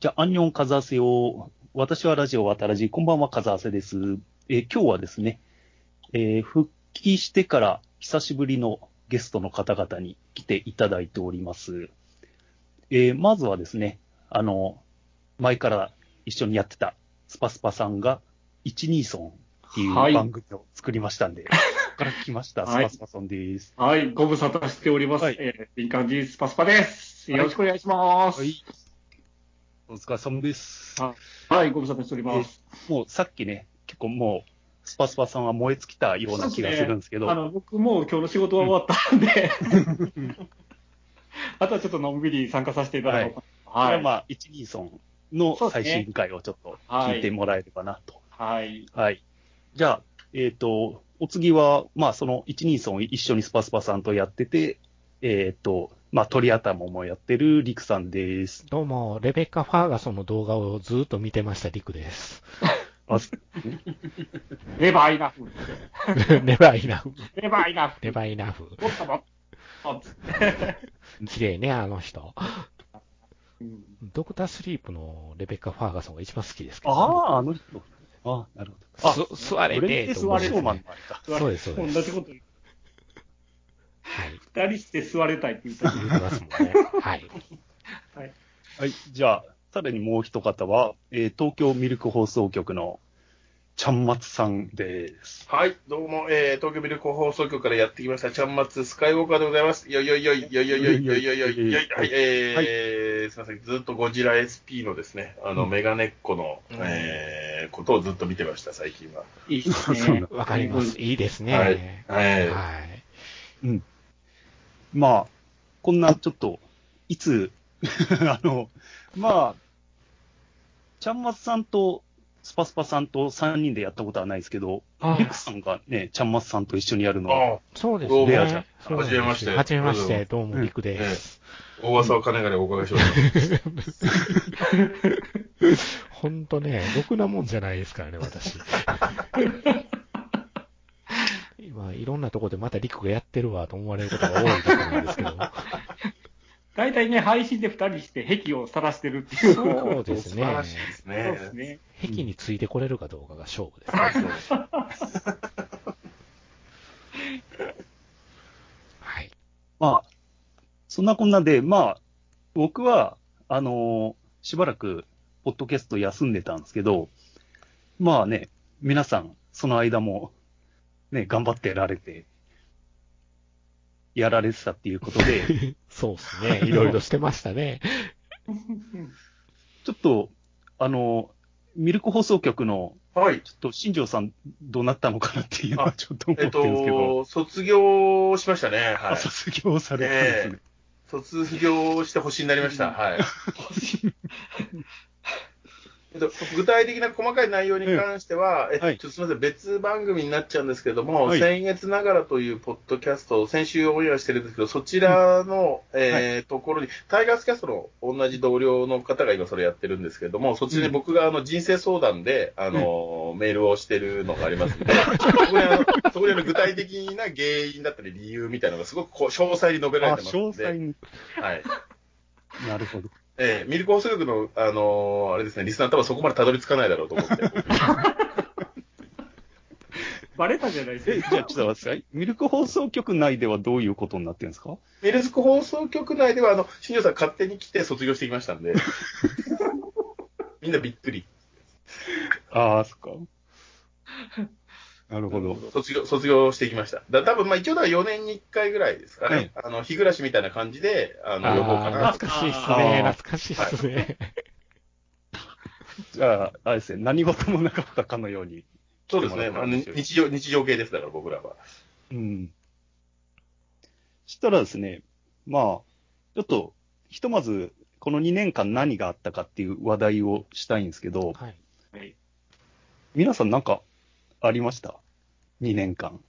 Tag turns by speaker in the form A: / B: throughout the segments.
A: じゃあ、アンニョンカザーセよ。私はラジオ渡らじ、こんばんはカザーセです。えー今日はですね、えー復帰してから久しぶりのゲストの方々に来ていただいております。えーまずはですね、あの、前から一緒にやってたスパスパさんが、一二ソンっていう
B: はい
A: 番組を作りましたん で、そこから来ました、ス
B: はい
A: パスパさんです。
B: はい、ご無沙汰しております。
A: はい
B: えー、敏感人スパスパです。
A: はい
B: よろしくお願いします。
A: は
B: はい
A: い、。お疲れ様です。
B: ご無沙汰しております。
A: もうさっきね、結構もう、スパスパさんは燃え尽きたような気がするんですけど、
B: あの、僕もう今日の仕事は終わったんで、 あとはちょっとのんびり参加させていただこうか
A: こ
B: な
A: れ
B: は。
A: はいまあ、一二村の最新回をちょっと聞いてもらえればなと。
B: はい。
A: はい。じゃあ、えっ、と、お次は、まあ、その一二村を一緒にスパスパさんとやってて、えっ、と、まあ、鳥頭もやってるリクさんです。
C: どうも、レベッカ・ファーガソンの動画をずっと見てました、リクです。
A: あ
B: レバーイナフ。
C: ネバーイナフ。
B: レバーイナフ。
C: ネバーイナフ。
B: もっともっと。
C: 綺麗ね、あの人。
B: うん
C: ドクタースリープのレベッカ・ファーガソンが一番好きですけ
A: あ
C: ど、
A: あ、あの人。ああ、なるほど。あ、
C: す座れ
A: フレン
C: て
A: チ
C: と
A: ス
C: 思
A: ワ
C: う
A: レ
C: ん
A: シ
C: で
A: ョー
C: す
A: マン
C: ね
A: の。あれか。
C: そうですそうです
B: 同じこと
C: はい。
B: 二人して座れたいって言ったけど
C: 言うてますもんね。はい。
A: はい、じゃあ、さらにもう一方は、えー東京ミルク放送局のちゃんまつさんです。
D: はい、どうも、えー、東京ビル広放送局からやってきました、ちゃんまつスカイウォーカーでございます。よいよいよいよいよいよいよいよいよいよいよいはい、えー、すいません、ずっとゴジラ SP のですね、あの、メガネっ子の、えー、ことをずっと見てました、最近は。
B: いい です
A: そうな
B: ね
A: の。
C: わかります。いいです
D: はい
C: ね。
D: はい。
C: はい。
A: まあ、こんなちょっと、いつ、 あの、まあ、ちゃんまつさんとスパスパさんと3人でやったことはないですけど、
C: あ
A: リクさんがね、ちゃんまつさんと一緒にやるのは、
D: あ
C: そうです
D: どうも
C: ね。
A: レアじゃん
C: そうなん
D: はじめま
C: です
D: して
C: よはじめまして。どう
A: う
C: も、
A: ん
C: リクです。
D: あ、大噂を金がでお伺いしまし
C: ほんとね、ろくなもんじゃないですからね、 私。今、いろんなとこでまたリクがやってるわと思われることが多いと思うんですけど。
B: 大体ね、配信で二人して壁を晒してるっていう。
C: そうで
D: た。
C: す
D: 素晴
C: ね。
D: らしいです
B: そうです
D: ね。
B: ね。
C: 壁についてこれるかどうかが勝負ですね。はい。
A: まあ、そんなこんなで、まあ、僕は、あのしばらく、ポッドキャスト休んでたんですけど、まあね、皆さん、その間も、ね、頑張ってやられて、やられてたっていうことで、
C: そうですね。いろいろしてましたね。
A: ちょっと、あのミルク放送局の、
D: はい。
A: ちょっと、新庄さん、どうなったのかなっていうのは、
D: あ
A: ちょっと思って
D: え
A: る
D: っ
A: んですけど、
D: と、卒業しましたね。
A: あ
D: はい。
A: 卒業されたんですね。
D: 卒業して星になりました。はい。 えっと、具体的な細かい内容に関しては、え
A: はい
D: ちょっとすみません、別番組になっちゃうんですけども、
A: はい
D: 先月ながらというポッドキャストを先週オンエアしてるんですけど、そちらの、えーところに、タイガースキャストの同じ同僚の方が今それやってるんですけども、そっちに僕があの人生相談で、あの、メールをしてるのがありますので、そこにあのそこにあの具体的な原因だったり理由みたいなのがすごくこう詳細に述べら
A: あ、
D: れてます
A: 詳
D: ので、
A: 細に。
D: はい。
A: なるほど。
D: ええミルク放送局の、あのーあれですね、リスナー多分そこまでたどり着かないだろうと思 って。
B: バレたじゃな い
A: え、
B: で
A: じ
B: す
A: ゃあちょっと待ってください。ミルク放送局内ではどういうことになってるんですか
D: ミルク放送局内では、あの、新庄さん勝手に来て卒業してきました んで。みんなびっくり。
A: ああ、そっか。なるほど。
D: 卒業、卒業してきました。だ多分まあ一応だから4年に1回ぐらいですかね。あの、日暮らしみたいな感じで、あの、
C: あ
D: 旅行か
C: ー
D: な。
C: 懐かしいっすね。懐かしいっすね。
A: じゃあ、あれですね、何事もなかったかのように。
D: そうですね。あの日常、日常系ですだから僕らは。
A: うん。したらですね、まあ、ちょっと、ひとまず、この2年間何があったかっていう話題をしたいんですけど、
C: はい。
A: 皆さんなんかありました ?2 年間。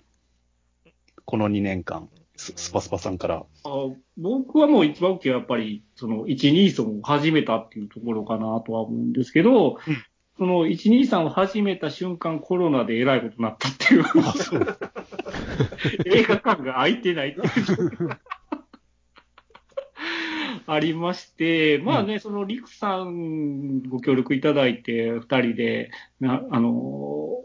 A: この2年間、ススパスパさんから。
B: か。あ僕はもう一番大きいのはやっぱり、その、123を始めたっていうところかなとは思うんですけど、
A: うん
B: その、123を始めた瞬間、コロナでえらいことになったっていう、
A: あ、そう。
B: 映画館が開いてないっていう。 ありまして、まあね、その、リクさんご協力いただいて、二人で、なあの、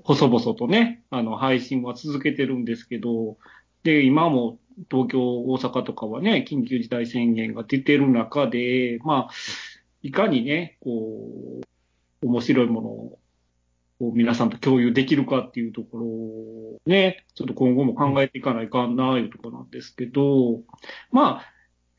B: 細々とね、あの、配信は続けてるんですけど、で、今も東京、大阪とかはね、緊急事態宣言が出てる中で、まあ、いかにね、こう、面白いものをこう皆さんと共有できるかっていうところをね、ちょっと今後も考えていかないかんな、いうところなんですけど、まあ、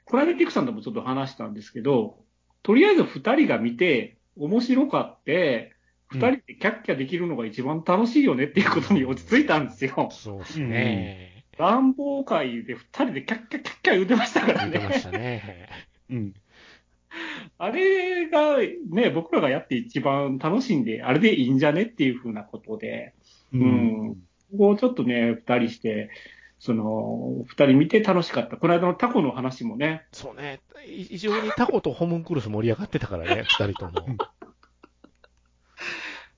B: これでピクさんともちょっと話したんですけど、とりあえず二人が見て、面白かって、
C: う
B: 二
C: ん
B: 人でキャッキャできるのが一番楽しいよねっていうことに落ち着いたんですよ。
C: そうですね。
B: 乱暴会で二人でキャッキャキャッキャ言ってましたから
C: 言ってま
B: ね。
C: したね。
A: うん。
B: あれがね、僕らがやって一番楽しんで、あれでいいんじゃねっていうふうなことで、
A: う
B: うん。ここをちょっとね、二人して、その、二人見て楽しかった。この間のタコの話もね、
C: そうね。い異常にタコとホムンクルス盛り上がってたからね、二人とも。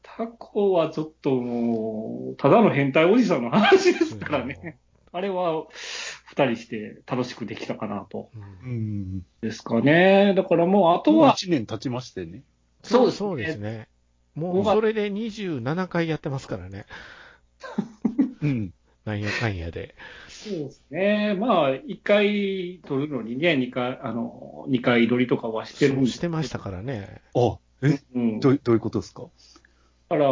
B: タコはちょっともう、ただの変態おじさんの話ですからね。あれは、二人して楽しくできたかなと。
C: うん。
A: うん。
B: ですかね。だからもう、あと
A: とは
B: は、
A: 1年経ちましてね。
B: そう
C: そう
B: ですね
C: そうですね。もうそれで27回やってますからね。
A: うん。
C: なんやかんやで。
B: そうですね。まあ、一回撮るのにね、二回、あの、二回撮りとかはしてるん
C: そ
B: で
C: う
B: す
C: してましたからね。
A: あ、え、
B: うん。だ
A: どうどういうことですか
B: から、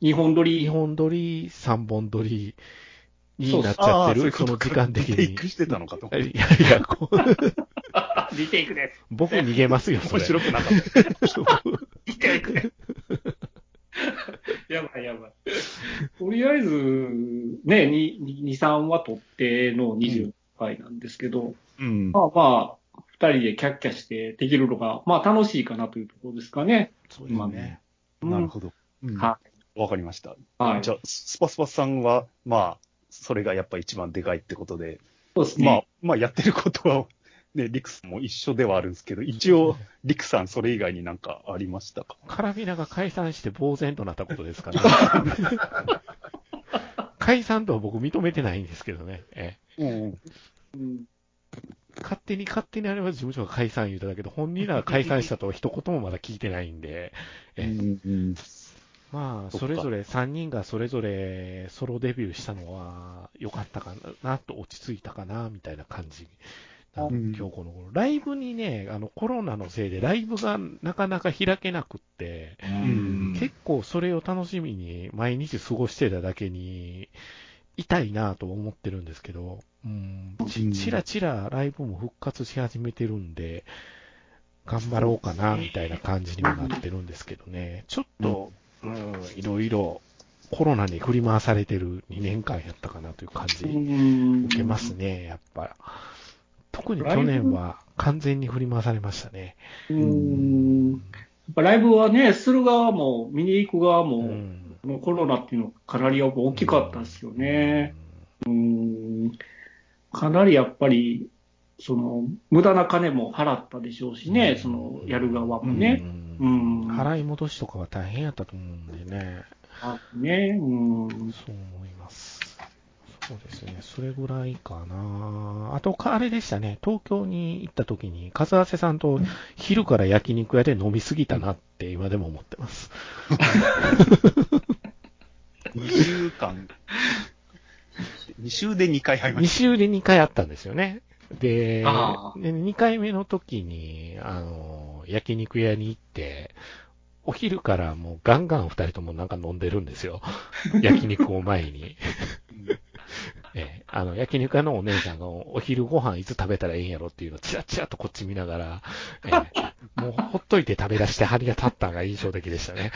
B: 日本撮り
C: 2本撮り、3本撮りになっちゃってる、
A: あー
C: そ
A: ういうこと
C: の
A: か
C: 時間 的
A: テイ
C: に。
A: クしてたのかと思って。
C: いやいや、こう
B: リテイクです。
C: 僕逃げますよ、そ
A: 面
C: れ。
A: 白くなかった。
B: リテイクです。 やばいやばい。とりあえず、ね、2、二3は撮っての20回なんですけど、
A: うん。
B: まあまあ、二人でキャッキャしてできるのが、まあ楽しいかなというところですかね。
C: そう
B: です
A: ね。
B: うん
A: なるほど。うんわ
B: は
A: かりました。
B: い。はい。
A: じゃあ、ススパスパさんは、まあ、それがやっぱ一番でかいってことで、
B: そうですね。
A: まあ、まあ、やってることは、 ね、リクさんも一緒ではあるんですけど、一応、リクさん、それ以外になんかありましたか
C: カラビナが解散して呆然となったことで すから、ね、解散とは僕認めてないんですけどね。ええ
A: うん。
B: うん
C: 勝手に勝手にあれは事務所が解散言うただけど、本人らが解散したとは一言もまだ聞いてないんで、
A: う
C: ええ
A: ん。
C: まあ、
A: そっか
C: それぞれ3人がそれぞれソロデビューしたのは良かったかなと落ち着いたかなみたいな感じ。な
A: うん
C: 今日この頃。ライブにね、あのコロナのせいでライブがなかなか開けなくって、
A: ん
C: 結構それを楽しみに毎日過ごしてただけに、痛いなぁと思ってるんですけど、うん、
A: うん
C: ちちらちらライブも復活し始めてるんで、頑張ろうかな、みたいな感じにもなってるんですけどね。ちょっと、うん、いろいろコロナに振り回されてる2年間やったかなという感じ
B: うん
C: 受けますね、やっぱ。特に去年は完全に振り回されましたね。
B: うん。やっぱライブはね、する側も見に行く側も、
C: うん
B: このコロナっていうのはかなりやっぱ大きかったですよね。。うん。かなりやっぱり、その、無駄な金も払ったでしょうしね、その、やる側もね。う
C: うん
B: ん。
C: 払い戻しとかは大変やったと思うんでね。
B: あね、うん。
C: そう思います。そうですね。それぐらいかな。あと、かあれでしたね。東京に行った時に、和瀬さんと昼から焼肉屋で飲みすぎたなって今でも思ってます。
A: 2週間、2週で2回入り ま
C: 2
A: し
C: 週で2回あったんですよね。で、で
B: ああ
C: 2回目の時に、あの、焼肉屋に行って、お昼からもうガンガン2人ともなんか飲んでるんですよ。焼肉を前に。 ええあの、焼肉屋のお姉さんがお昼ご飯いつ食べたらええんやろっていうのをチラチラとこっち見ながら、ええもうほっといて食べ出して針が立ったのが印象的でしたね。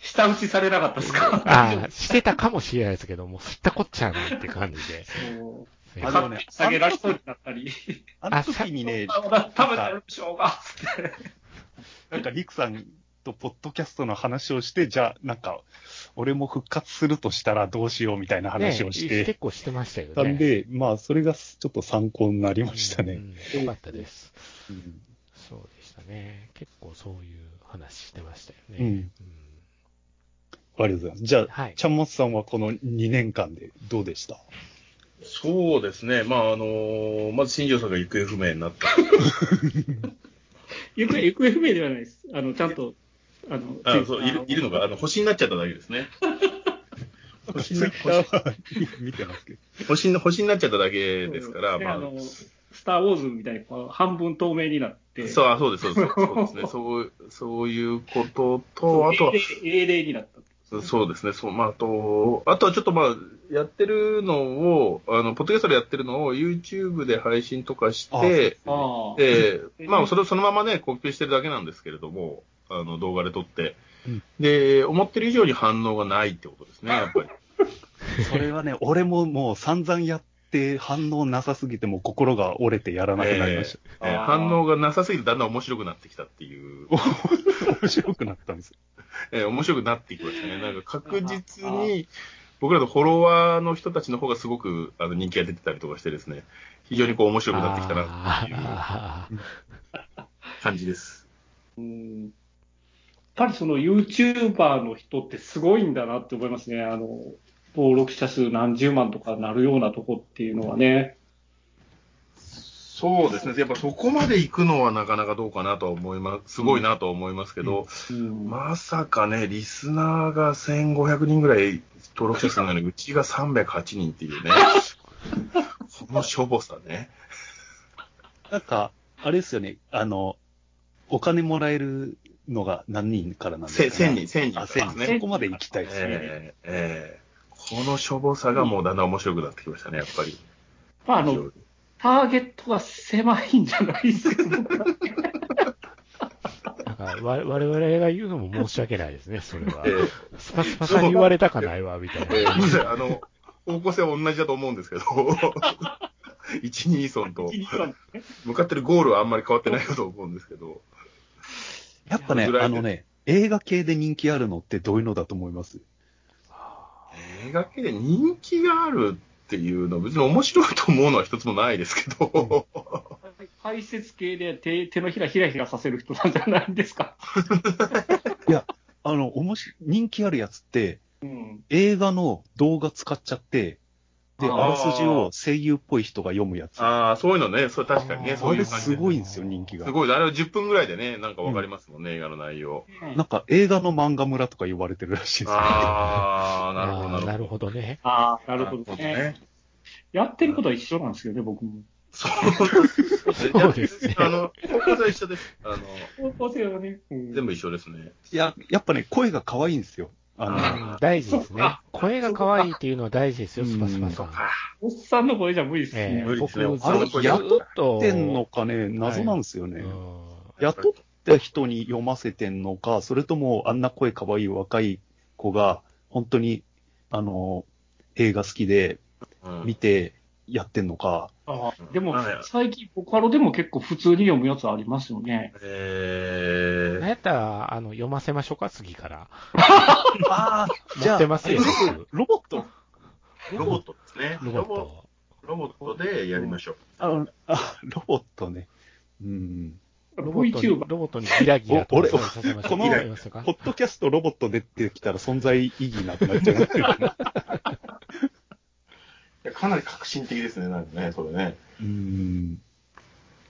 B: 下打ちされなかったですか
C: ああ、してたかもしれないですけど、もう知ったこっちゃないって感じで。
B: そう。
C: ええ
A: あのね
B: 勝手に下げられそうになったり。
A: た。あの時にね、
B: あまだ食べてるでしょうが。
A: なんかリクさんとポッドキャストの話をして、じゃあ、なんか、俺も復活するとしたらどうしようみたいな話をし
C: ね
A: て
C: 結構してましたよね。
A: たんで、まあ、それがちょっと参考になりましたね。
C: うんよかったです。
A: うん
C: そうでしたね。結構そういう話してましたよね。
A: うんありがとうございます。じゃあ、
C: はい
A: ちゃんもつさんはこの2年間でどうでした
D: そうですね。まあ、あのーまず新庄さんが行方不明になった。
B: 行方、行方不明ではないです。あの、ちゃんと、あの、
D: あそういるいるのが、あの、星になっちゃっただけですね。星になっ
A: ツイッターは見てますけど。
D: 星に星になっちゃっただけですから、
B: で
D: まあ、
B: あの、スター・ウォーズみたいにこう半分透明になって、
D: そう、あそうです、そうです、そうですね。そう、そういうことと、あとは、
B: 英霊になった。
D: そうですね、そう、まあ、あと、あとはちょっとまあ、やってるのを、あの、ポッドキャストでやってるのを YouTube で配信とかし
A: あ
D: て、
B: ああ。
D: ええまあ、それをそのままね、呼吸してるだけなんですけれども、あの、動画で撮って、
A: うん
D: で、思ってる以上に反応がないってことですね、やっぱり。
A: それはね、俺ももう散々やって反応なさすぎて、もう心が折れてやらなくなりました。
D: ええ
B: あー
D: 反応がなさすぎてだんだん面白くなってきたっていう、
A: 面白くなったんですよ。
D: ええ面白くなっていきましたね。なんか確実に、僕らのフォロワーの人たちの方がすごくあの人気が出てたりとかしてですね、非常にこう面白くなってきたなっていう
C: あー
D: 感じです。
B: うんやっぱりその YouTuber の人ってすごいんだなって思いますね。あの、登録者数何十万とかなるようなとこっていうのはね。
D: そうですね。やっぱそこまで行くのはなかなかどうかなとは思います。すごいなとは思いますけど、
B: うん
D: まさかね、リスナーが1500人ぐらい登録者数なのに、うちが308人っていうね、 このしょぼさね。
A: なんか、あれですよね、あの、お金もらえるのが何人からなんですか、
D: せ
A: ね、
D: 1000人、1000人
A: あ、
D: です
A: 1000人。
D: ね。
A: そこまで行きたいですね。
D: えーえーこのしょぼさがもうだんだん面白くなってきましたね、やっぱり。
B: まあ、あの、ターゲットが狭いんじゃないですか、 僕は
C: なんかわ我々が言うのも申し訳ないですね、それは
D: え。ー
C: スパスパさんに言われたかないわ、みたい
D: え
C: な。
D: ーあの、方向性は同じだと思うんですけど、一二損と、向かってるゴールはあんまり変わってないかと思うんですけど、
A: やっぱね
D: ぐ、らい
A: あ
D: で
A: のね、映画系で人気あるのってどういうのだと思います
D: 映画系で人気があるっていうの、別に面白いと思うのは一つもないですけど、
B: 解説系で手手のひらひらひらさせる人なんじゃないですか。
A: あの、おもし、人気あるやつって、
B: うん、
A: 映画の動画使っちゃって、で、
B: あ
A: あ
B: ー
A: らすじを声優っぽい人が読むやつ。あ
D: ああ、そういうのね、それ確かに
C: あ
D: ね、
C: ー
D: そうい
A: れ
D: う感じ
A: す
D: で。
A: ごいんですよ、人気が
D: す。ごい、あれは10分ぐらいでね、なんかわかりますもんね、映画の内容。
A: なんか映画の漫画村とか言われてるらしいですね。
D: あ あ、なるほ
C: あ
D: ど、
C: ー
D: な
C: な
D: る
C: るほどね。
B: ああ、な
D: ほど。
B: るほどね。。やってることは一緒なんですよね、僕も。
D: そうですね。
C: そうですね
D: あの、高校生一緒です。あの、
B: 方向性はね。うん
D: 全部一緒ですね。
A: いや、やっぱね、声が可愛いんですよ。あの、
D: あ
C: うん大事ですね。声が可愛いっていうのは大事ですよ、
A: うん
C: スパスパさん。
B: おっさんの声じゃ無理です
C: え
B: ね。
D: 無
C: え
D: 理です
C: 僕、
D: ね
C: ずっ
A: あれ
C: と、
A: 雇ってんのかね、謎なんですよ
C: う
A: ね。
C: ん
A: 雇った人に読ませてんのか、それともあんな声可愛い若い子が、本当に、あの、映画好きで
D: うん
A: 見てやってんのか、
B: ああでも
D: はい、
B: 最近、ボカロでも結構普通に読むやつありますよね。
D: え
C: なんやったら、あの、読ませましょうか、次から。
A: ああ、じ
C: 持
A: ゃ
C: っ
A: あ
C: て、ますよ、僕
A: ロボット、
D: ー、ロボットですね。
C: ロボット。
D: ロボロボットでやりましょう。
A: あのあ、ロボットね。うん。
C: ロボットに
B: VTuber。
C: ロボットにギラギラと
A: お俺
C: させましょう
A: この
C: やりましょうか
A: ポッドキャストロボット出てきたら存在意義なくなっちゃうっていう かね。
D: いやかなり革新的ですね、なんかね、それね。
A: うん。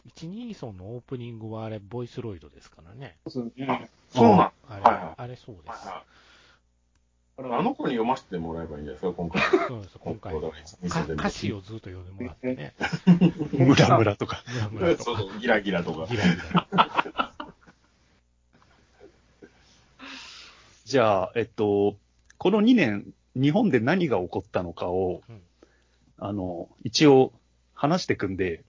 C: 一二層のオープニングはあれ、ボイスロイドですからね。
B: そうですね。
D: そうなん
C: あれ、
D: はいはい
C: あれそうです。
B: あ
D: あの子に読ませてもらえばいいんじゃないですか、今回。
C: そうなんです今回はか
D: か
C: 歌詞をずっと読んでもらってね。
A: ムラムラとか。
C: ムラム
D: そ
C: ラ
D: う
C: とか、
D: そう、ギラギラとか。
C: ギラギラ。
A: じゃあ、えっと、この2年、日本で何が起こったのかを、
C: うん
A: あの、一応話してくんで、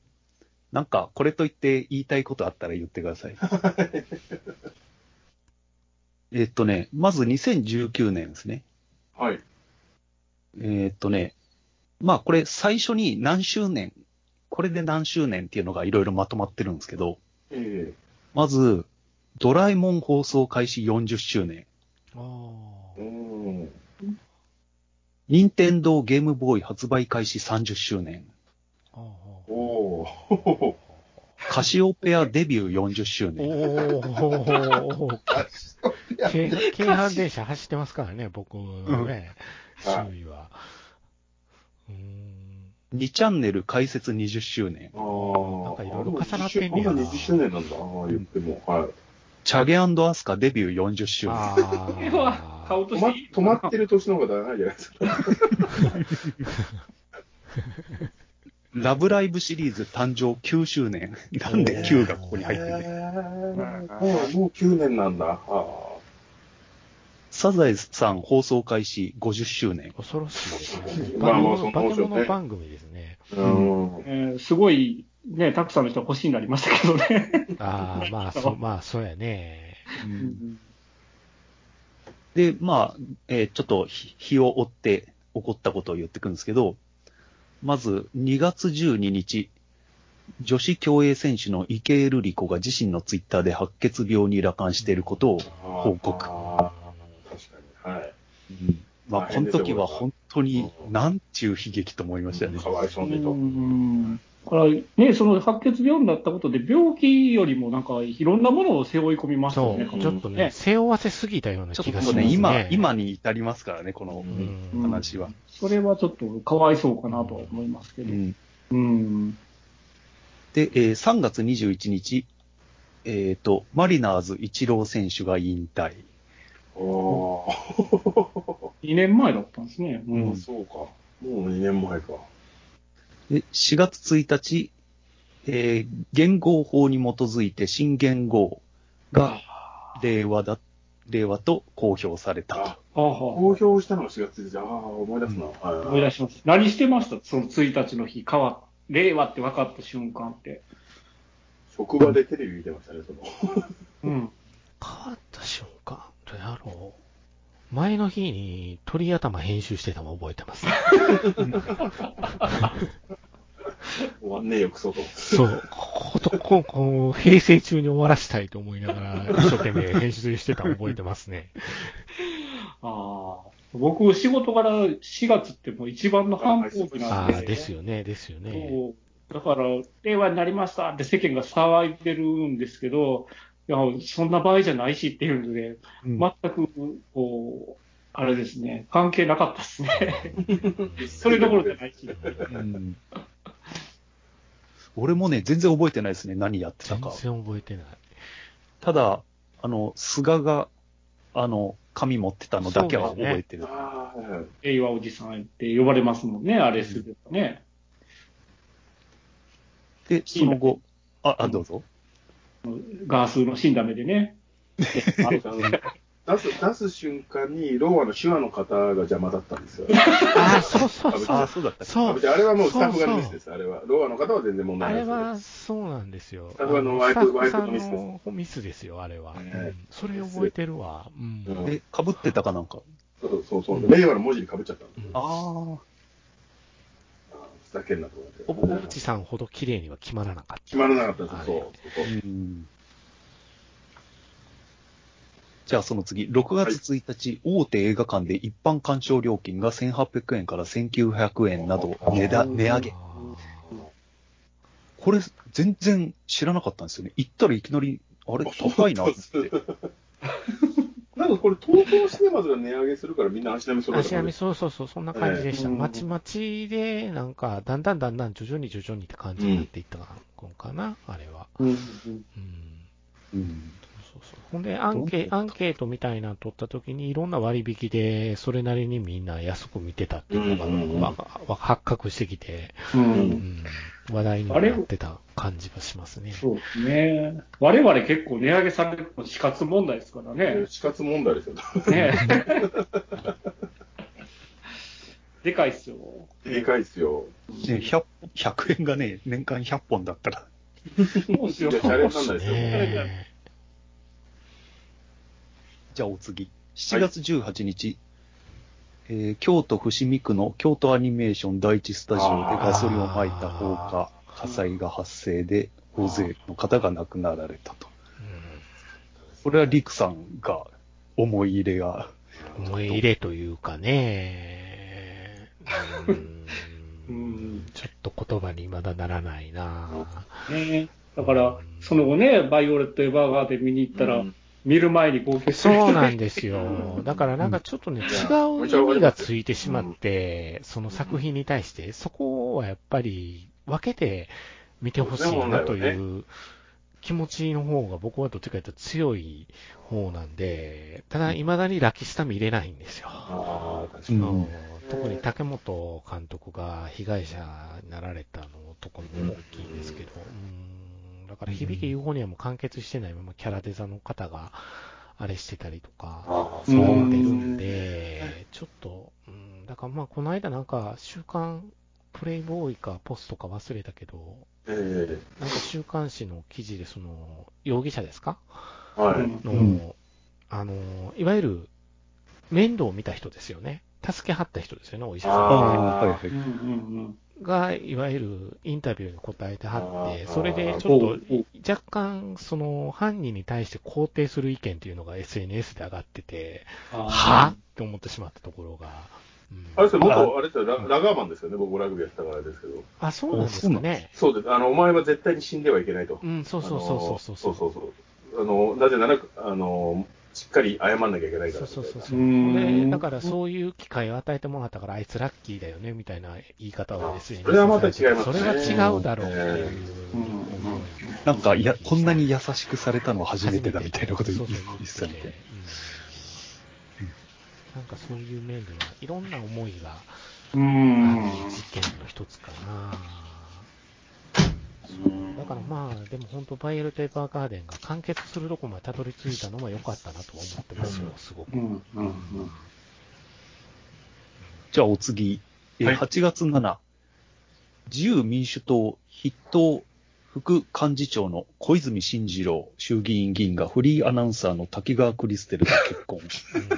A: なんか、これといって言いたいことあったら言ってください。えっとね、まず2019年ですね。
D: はい。
A: えーっとね、まあこれ最初に何周年、これで何周年っていうのがいろいろまとまってるんですけど、
D: え
A: まず、ドラえもん放送開始40周年、
C: あ
D: え
C: ー
D: うん。
A: 任天堂ゲームボーイ発売開始30周年、
C: あー。
D: おお。
A: カシオペアデビュー40周
C: お
A: 年、
C: ー。京京阪電車走ってますからね、僕のね、
D: うん
C: 趣味は。うーん。
A: 2チャンネル開設20周年。
D: ああ。
C: なんかいろいろ重なってんねや
D: あ
C: な
D: もう20周年なんだ。ああ、言っても。はい。
A: チャゲアスカデビュー40周年。
C: あ
B: これは、買
C: ー
B: うと
D: 止ま止まってる年の方が長いじゃないですか。
A: ラブライブシリーズ誕生9周 年。なんで9がここに入ってるね。
D: もうもう9年なんだ。ああ。
A: サザエさん放送開始50周年。
C: 恐ろしいですね。
D: ま
C: 化
D: あ
C: け
D: まあそ
C: 物
D: んなもん
C: 化
D: でし
C: け
D: ょうね
C: 物番組ですね。
D: うん。
B: えーすごい、ね、たくさんの人が欲しいになりましたけどね。
C: ああ、まあ、そう、まあ、そうやね。
A: で、まあ、えーちょっと日日を追って起こったことを言ってくんですけど、まず2月12日、女子競泳選手の池江瑠璃子が自身のツイッターで白血病に羅漢していることを、報告
D: ああ確かに。はい。
A: まあ、この時は本当に、なんちゅう悲劇と思いましたね。
D: かわいそうにと。
B: うんだからね、その白血病になったことで、病気よりもなんか、いろんなものを背負い込みますよ
C: そ
B: ね。
C: う、ちょっとね、背負わせすぎたような
A: ちょ
C: 気
A: っ
C: が
A: と
C: します
A: ね、
C: ね。
A: 今、今に至りますからね、この
C: うん
A: 話は。
B: それはちょっとかわいそうかなとは思いますけ
A: う
B: ど。
A: ん
B: うん。
A: で、えー3月21日、えっ、と、マリナーズ一郎選手が引退。
D: おー
B: 2年前だったんですね。
A: うん
D: あそうか。もう2年前か。
A: で4月1日、えー元号法に基づいて新元号が令和だ、令和と公表された
D: あ
A: と。、
B: ああはあ
D: 公表したのが4月1日。ああ、思い出すな。
B: 思い
D: は
B: 出します。何してましたその1日の日、変わ、令和って分かった瞬間って。
D: い。職場でテレビ見てましたね、その。
B: うん。
C: 変わった瞬間、どうやろう。前の日に鳥頭編集してたの覚えて ます。
D: 終わんねえよ、クソと。
C: そう、こと、こう、こう、平成中に終わらせたいと思いながら、一生懸命編集してたの覚えてます ね。
B: ああ。僕、仕事から4月ってもう一番の繁忙期な
C: あ
B: んで。
C: あ、ですよね、ですよね。
B: そうだから、令和になりましたって世間が騒いでるんですけど、いや、そんな場合じゃないしっていうので、
A: うん
B: 全く、こう、あれですね、関係なかったですね。それどころじゃないし。
A: うん俺もね、全然覚えてないですね、何やってた
C: 全
A: か。
C: 然覚えてない。
A: ただ、あの、菅が、あの、紙持ってたのだけは覚えてる。
D: ああ、はい
B: 令和おじさんって呼ばれますもんね、あれすればね。
A: で、その後、あ、あ、どうぞ。
B: ガースの死んだ目でね。あの
D: 出す、出す瞬間に、ローアの手話の方が邪魔だったんですよ。
C: ああ、そうそうそう。
A: あ、そうだったっけ
C: そう。
D: あれはもうスタッフが
C: そう
D: のミ
C: そう
D: スです。あれは。ローアの方は全然問
C: あ
D: 題な
C: れ
D: いです。
C: はそうなんですよ。
D: スタッフのワイプ
C: あの
D: ワイプのミスです
C: スタッフさんのミスですよ、あれは。
D: ね
C: うんそれ覚えてるわ。うん
D: うん
A: で、かぶってたかなんか。
D: そうそうそう。令和の文字に被っちゃったの。
A: ああ。
D: ふざけんなと
C: お
D: 思
C: 小
D: って。
C: 渕さんほど綺麗には決まらなかった。
D: 決まらなかったです。
C: あ
D: そう
C: れ
D: そうそう。
A: じゃあその次、6月1日、大手映画館で一般鑑賞料金が1800円から1900円など値だ値上げ。これ、全然知らなかったんですよね。行ったらいきなり、あれ、高いな って。
D: なんかこれ、東京シネマズが値上げするからみんな足並み揃え
C: あち
D: た
C: なんみに
D: です
C: そうそうそう、そんな感じでした。
B: うん
C: まちまちで、なんか、だんだんだんだん徐々に徐々にって感じになっていったのかな、あれは。うん。
A: うん
C: そうそうそう。ほんで、アンケアンケートみたいなの取った時に、いろんな割引で、それなりにみんな安く見てたっていうのが、
D: うんうんうん
C: わわ発覚してきて、
B: うん
C: うん、話題になってた感じがしますね。
B: そうですね。我々結構値上げされるの死活問題ですからね。
D: 死活問題ですよ。
B: ね でかいっすよ。
D: でかいっすよ。
A: ね、100, 100円がね、年間100本だったら。
B: そうっすよ
D: いやシャレになんないですよ。
C: ね
A: じゃあお次。7月18日、えー京都伏見区の京都アニメーション第一スタジオでガソリンを撒いた放火、火災が発生で大勢の方が亡くなられたと。これは陸さんが思い入れが、
C: うん思い入れというかね、うん
B: うん
C: ちょっと言葉にまだならないな
B: ねだから、その後ね、バイオレット・エヴァーガーデン見に行ったら、
D: うん
B: 見る前に号泣する
C: そうなんですよ。だからなんかちょっとね、違う意味がついてしまって、その作品に対して、そこはやっぱり分けて見てほしいなという気持ちの方が僕はどっちかというと強い方なんで、ただ未だにラキスタ見れないんですよ。
E: ああ、確
A: う
E: か
A: ん
E: に。
C: うん特に竹本監督が被害者になられたのとかも大きいんですけど、うんだから響きユーフォニアも完結してないままキャラデザの方があれしてたりとか、
E: ああ、
B: う
E: そうなん
C: 思
B: ん
C: って
E: で
C: る
E: すね。
C: んで、ちょっと、うんだからまあこの間なんか週刊プレイボーイかポストか忘れたけど、
E: え
C: なんか週刊誌の記事でその容疑者ですか
E: えは
B: う
E: い。
B: ん
C: の、
A: うん
C: あの、いわゆる面倒を見た人ですよね。助けはった人ですよね、お医者さん
A: あ
C: がね
A: あ、はいは
B: う
A: い
B: ん。うん
C: が、いわゆるインタビューに答えてはって、
E: あー
C: それで
B: うん
C: ちょっと
B: おう
C: 若干、その犯人に対して肯定する意見というのが SNS で上がってて、
B: おう
C: はぁって思ってしまったところが。うん
E: あれですよ、元、あれですよ、ララガーマンですよね。僕ラグビーやってたからですけど。
C: あ、そうなんですかね。
E: そうです。あの、お前は絶対に死んではいけないと。
C: うん、そうそうそうそうそ
E: あのそ
C: う。
E: うそうあの、なぜなら、あの、しっかり謝んなきゃいけないか
C: そ
E: ら。
C: うそうそう
B: う
C: そ
B: ん
C: う。で、だからそういう機会を与えてもらったから、あいつラッキーだよね、みたいな言い方をですね。
E: それはまた違います
C: そ
E: ね
C: れは違うだろうっていう。
B: うん
A: なんか、いや、こんなに優しくされたのは初めてだみたいなこと言
C: そう
A: っ
C: そう
A: てたみたいな。
C: なんかそういう面では、いろんな思いが
B: うん。
C: ある事件の一つかな。だからまあ、でも本当、バイエル・テーパー・ガーデンが完結するとこまでたどり着いたのは良かったなとは思ってますよ、すごく。
B: うんうんうん
A: じゃあお次、えー
E: はい
A: 8月7、自由民主党筆頭副幹事長の小泉進次郎衆議院議員がフリーアナウンサーの滝川クリステルと結婚、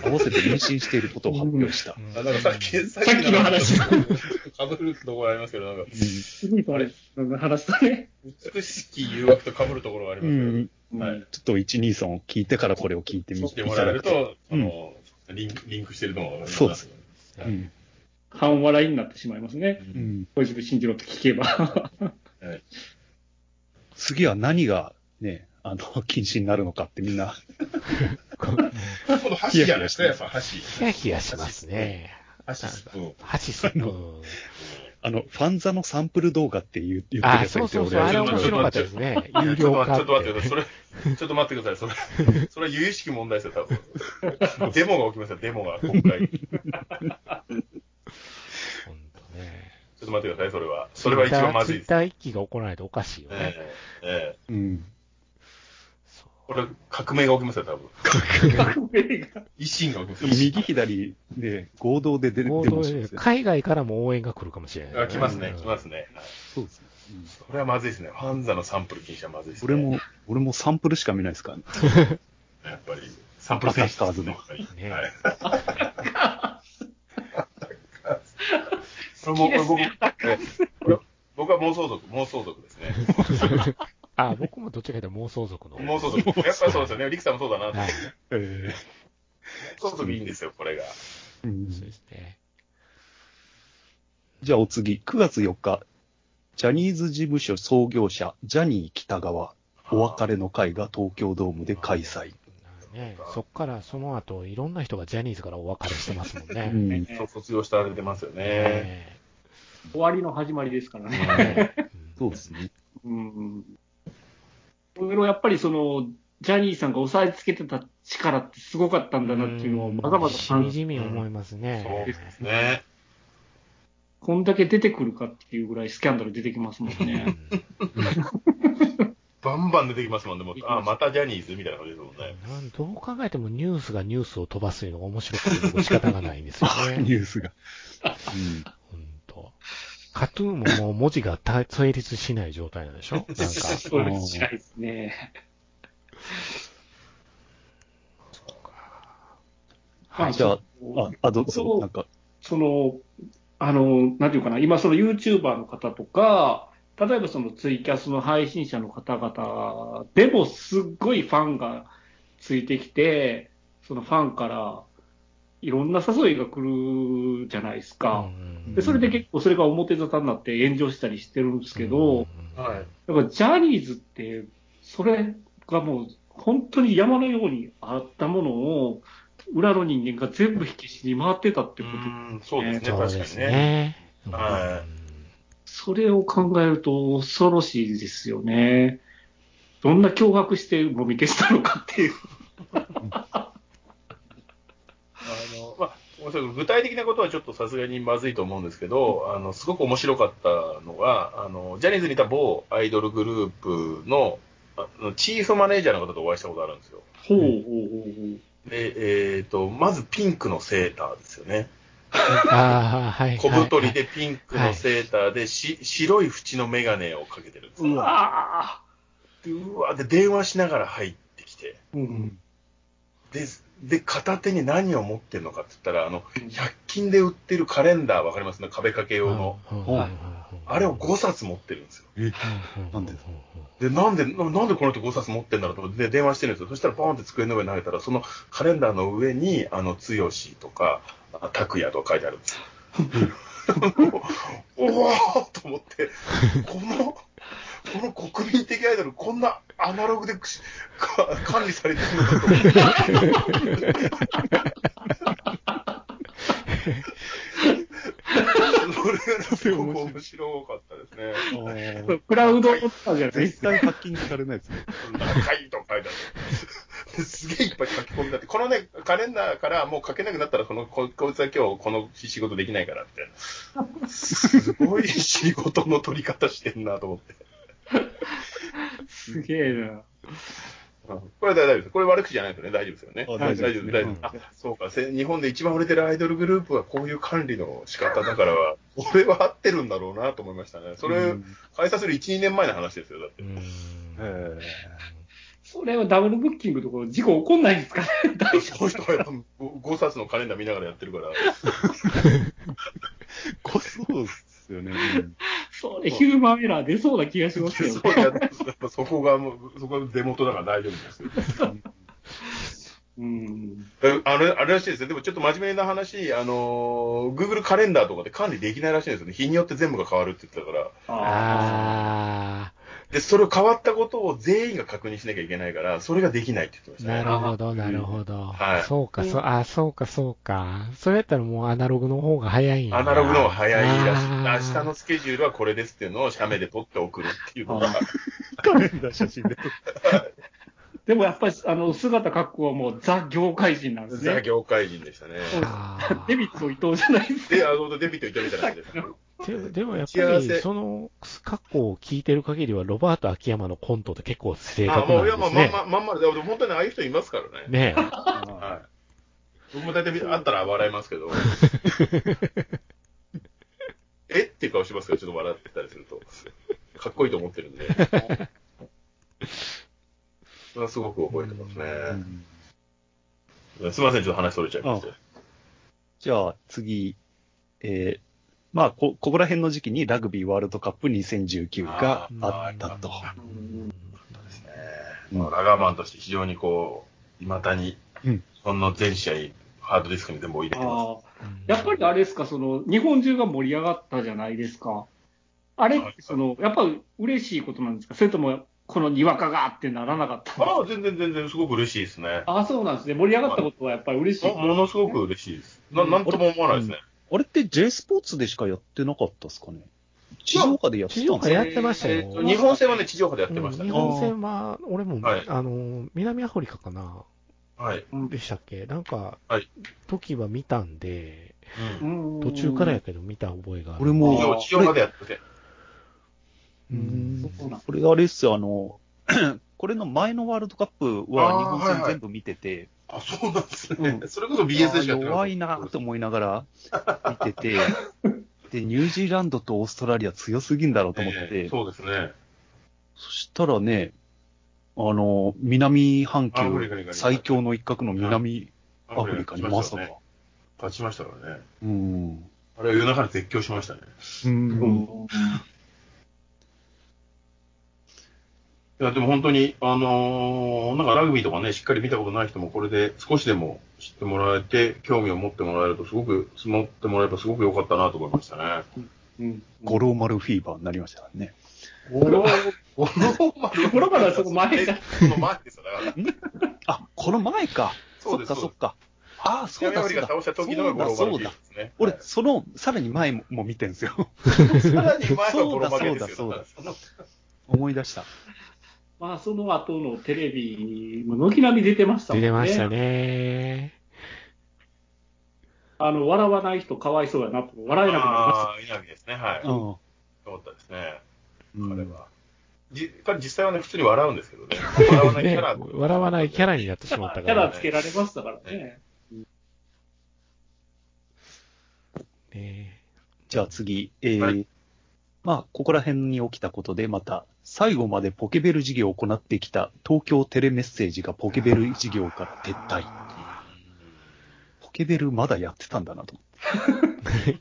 A: 合わせて妊娠していることを発表した。
C: うん
D: あなんかさっき、さ
B: さっきの話。
D: かぶるところありますけど、なんか、
B: 次のあれ、なんか話したね。
D: 美しき誘惑とかぶるところがあり
A: う
D: ますけど、
A: ん、
D: はい
A: ちょっと123を聞いてからこれを聞いてみ
D: 見
A: て
D: て
A: い
D: も
A: た
D: ら
A: だ
D: える
A: くと。
D: と、あの、リンクリンクしてるのがわかります
A: そうです
C: は
A: う
C: い
A: ん
B: 半笑いになってしまいますね。
A: うん
B: 小泉進次郎って聞けば。
A: 次は何がね、あの、 禁止になるのかってみんな、
D: この箸じゃないですか、やっぱ箸。
C: ヒヤヒヤしますね。
D: 箸スプーン。
C: 箸スプーン。
A: あの、ファンザのサンプル動画って言う言ってる
C: あ、
A: やつ
C: そ
A: が
C: う
A: いて、
C: そう
A: 俺
C: そう、あれ
A: は、
C: 面白かったですね。
D: い
C: 有
D: やちょ
C: 料
D: っと
C: 化
D: 待
C: っ
D: ってちょ
C: て。
D: っと待ってください。それ、ちょっと待ってください。それ、それは由々しき問題ですよ、多分。デモが起きますよ、デモが、国会。ちょ
C: 本当ね。
D: っと待ってください、それは。それは一番まずい
C: ツイッ
D: です。
C: ター一揆が起こらないとおかしいよね。
D: ええええ
A: うん。
C: そう
D: これ、革命が起きますよ、多分。
B: 映画
D: 維新が起きますよ。
A: 右左で合同で出て
C: 合
A: 出
C: 同
A: ま
C: で
A: しますよね
C: 海外からも応援が来るかもしれない、。
D: あ来ますね、来ますすね。はい
A: そうですね。
D: これはまずいですね。ファンザのサンプル禁止はまずいですね。
A: 俺。も、俺もサンプルしか見ないですからね。
D: やっぱり、サンプル選手
A: アタッカーズの
D: やっぱり
C: ね
D: はい。これも、これ僕、これ僕は妄想族、妄想族ですね。
C: あ、僕もどっちかというと妄想族の。
D: 妄想族。やっぱりそうですよね。リクさんもそうだな。
C: はい。
A: え
D: 妄想族いいんですよ、これが。
A: えうん
C: そうですね。
A: じゃあお次、9月4日、ジャニーズ事務所創業者、ジャニー北川、お別れの会が東京ドームで開催。
C: ね、そっからその後、いろんな人がジャニーズからお別れしてますもんね。
A: うん
D: そう卒業したら出てますよね。
C: ね
B: 終わりの始まりですからね。
C: ね
A: そうですね。
B: うんうん。俺はやっぱりその、ジャニーさんが押さえつけてた力ってすごかったんだなっていうのを、まざまざ
C: し
B: 感
C: み
B: じ、
C: じみ思います
D: そう
C: ね
D: で。すね。
B: こんだけ出てくるかっていうぐらいスキャンダル出てきますもんね。
C: うん
D: バンバン出てきますもんね。もうあ、またジャニーズみたいな感じですもんね。
C: なんどう考えてもニュースがニュースを飛ばすというのが面白くて僕仕方がないんです よ
A: ニ
C: ね。
A: ュースが。うん
C: ほんと。カトゥーンももう文字がた成立しない状態なんでしょなんか。
B: そうですしないですね。まあ
A: じゃあ
B: そう
A: あ、あ、どうぞ、なんか。
B: その、あの、なんていうかな、今その YouTuber の方とか、例えばそのツイキャスの配信者の方々でもすっごいファンがついてきて、そのファンからいろんな誘いが来るじゃないですか。でそれで結構それが表沙汰になって炎上したりしてるんですけど、
C: うん
D: はい。
B: だからジャニーズって、それがもう本当に山のようにあったものを、裏の人間が全部引き死に回ってたってこと。
D: ん、そうですね、
C: そう
D: 確
C: で
D: かに
C: す
D: ね。
C: ね。
D: は
B: それを考えると恐ろしいですよね。どんな脅迫してもみ消したのかっていう。
D: あの、まあ、ごめんなさい具体的なことはちょっとさすがにまずいと思うんですけど、あの、すごく面白かったのが、あの、ジャニーズにいた某アイドルグループの、あのチーフマネージャーの方とお会いしたことあるんですよ。
B: ほうほう
D: で、えっ、と、まずピンクのセーターですよね。
C: ああ、はい。
D: 小太りでピンクのセーターで、し白い縁のメガネをかけてるんです
B: ほうほう。うわ
D: でうわで、電話しながら入ってきて、
B: ぁ。うん。
D: で、で、片手に何を持ってるのかって言ったら、あの、100均で売ってるカレンダーわかりますね、壁掛け用の。あれを5冊持ってるんですよ。
A: なんで
D: で、なんで、ななんでこの人5冊持ってんだろうと思って、で、電話してるんですよ。そしたらバーンって机の上に投げたら、そのカレンダーの上に、あの、つよしとか、あ拓也とか書いてあるんですよ。 おおーと思って、この、この国民的アイドル、こんなアナログでくしか管理されてるのかと思って。それがねすごく面白かったですね。
B: クラウドとかじゃないで
A: 絶
B: すか。
A: 対ハッキングされないですね。
D: 赤いと書いてある。ですげえいっぱい書き込みだって、このね、カレンダーからもう書けなくなったら、このここいつは今日この仕事できないからみたいな。すごい仕事の取り方してんなと思って。
B: すげえな。
D: これ大丈夫です。これ悪口じゃないですよね。大丈夫ですよね。
A: あ
D: 大
A: 大
D: 丈
A: 丈
D: 夫
A: 夫ですす
D: で、大丈夫です。あ、そうか。せ日本で一番売れてるアイドルグループはこういう管理の仕方だから、これは合ってるんだろうなと思いましたね。それ、開催する1、2年前の話ですよ。だって。
A: え
B: それはダブルブッキングとか事故起こんないんですか ね大丈
D: この人がやっぱ5冊のカレンダー見ながらやってるから。
A: え こそうですよね。
B: 夫。それヒューマンエラー出そうな気がしますよ。
D: そうやっぱそこがもう、そこが出元だから大丈夫ですよ。
B: うん。
D: え あれ、あれらしいですね。でもちょっと真面目な話、あのー、Google カレンダーとかで管理できないらしいんですよね。日によって全部が変わるって言ってたから。
C: あ
D: で、それを変わったことを全員が確認しなきゃいけないから、それができないって言ってまし
C: あ、
D: たね。
C: なるほど、なるほど。
D: はい
C: そうか、そう、あそうか、そうか。それやったらもうアナログの方が早いんや
D: アナログの方が早いらしい。
C: あ
D: 明
C: ー
D: 日のスケジュールはこれですっていうのを写メで撮って送るっていうのが。
A: カレンダー写真で撮っ
B: でもやっぱり、あの、姿格好はもうザ業界人なんです
D: ザ
B: ね。
D: 業界人でしたね。
C: あー
B: デビット伊藤じゃないです
D: で、あの、デビット言ってみたいな感じですね。
C: でもでもやっ
D: 幸
C: ぱ
D: せ
C: り、その過去を聞いてる限りは、ロバート秋山のコントって結構正
D: あ、
C: 確
D: も
C: なん
D: う、い
C: で
D: や、
C: す
D: まあ、まん
C: ね。
D: ま、まんまで、でも本当にああいう人いますからね。
C: ね
A: た
C: え。
A: の
D: は。
A: はい
D: 僕も大体見あったら笑いますけど。えっていう顔しますけど、ちょっと笑ってたりすると。かっこいいと思ってるんで。それはすごく覚えてます
A: い
D: ね。すみません、ちょっと話取れちゃいました。
A: じゃあ次、えーまあこ、ここら辺の時期にラグビーワールドカップ2019があったと。
D: えーまあラガーマンとして非常にこう、いまだに、
A: うん
D: ほんの全試合、ハードディスクに全部入れてます。
B: ああ、やっぱりあれですか、その、日本中が盛り上がったじゃないですか。あれっ
D: はい
B: て、その、やっぱ嬉しいことなんですかそれとも、このにわかがってならなかった
D: ああ、全然全然、すごく嬉しいですね。
B: ああ、そうなんですね。盛り上がったことはやっぱり嬉しい。
D: もものすごく嬉しいです。ななんとも思わないですね。
A: あれって J スポーツでしかやってなかったですかね地上波でやって
C: 地
A: た
C: 上
A: んで
C: 波
A: す
C: や
A: か
C: ってました
D: え
C: よ
D: ー。と日本戦はね、地上波でやってました
C: 日
D: ね。
C: 本戦は、俺も、
D: はい
C: あの、南アフリカかな
D: はい。
C: でしたっけなんか、
D: はい
C: 時は見たんで、
D: うん
B: 途
C: 途中からやけど見た覚えがある。
A: 俺も
D: 地上地上波でやってて。
C: うん
B: そうなん
A: これあれですよ、あの、 これの前のワールドカップは日
D: あー
A: 本
D: はい
A: 戦
D: はい
A: 全部見てて、
D: あ、そうなんですね
A: ね。
D: それこそ
A: あ
D: BS でしか
A: ー弱いなと思いながら見て て、で、ニュージーランドとオーストラリア強すぎんだろうと思って、
D: そうですね。
A: そしたらね、あの、南半
D: あ無理無理無
A: 球
D: 理
A: 最強の一角の南アフリカにまさか。
D: 勝ちましたからね。
A: うん。
D: あれは夜中に絶叫しましたね。
A: うん。
D: いや、でも本当に、あのーなんかラグビーとかね、しっかり見たことない人もこれで少しでも知ってもらえて、興味を持ってもらえると、すごく、持ってもらえばすごく良かったなと思いましたね。
B: うん
A: 五郎丸フィーバーになりましたからね。
D: 五郎五郎丸
B: 五郎丸はその前だ。
D: その前ですよ、だから。
A: あ、この前か。
D: そ
A: そう
D: で
A: っ
D: す
A: かそっか。ああ、そう
D: 闇
A: だそ
D: 破
A: う
D: りが
A: だ
D: 倒。した時のが五郎丸ビーですね。
A: 俺、その、さらに前もも見てんですよ。
D: さらに前の五郎丸です
A: そう
D: よ。
A: だ
D: だ
A: そう
D: から
A: 思い出した。
B: まあ、その後のテレビに、もう軒並み出てましたも
C: 出
B: ん
C: て
B: ね。
C: ましたね。
B: あの、笑わない人かわいそうやなと、笑えなくなりました。
D: ああ、稲城ですね。はい。
A: う
D: よ
A: ん。
D: かったですね。
A: うん
D: 彼は。じ彼実際はね、普通に笑うんですけどね。笑わないキャ
C: ね
D: ラ。
C: 笑わないキャラになってしまった
B: キ
C: か
B: ャラ
C: ら
B: つけられましたからね。
C: ね。
A: じゃあ次、えー
D: はい
A: まあ、ここら辺に起きたことで、また、最後までポケベル事業を行ってきた東京テレメッセージがポケベル事業から撤退。ポケベルまだやってたんだなと思って。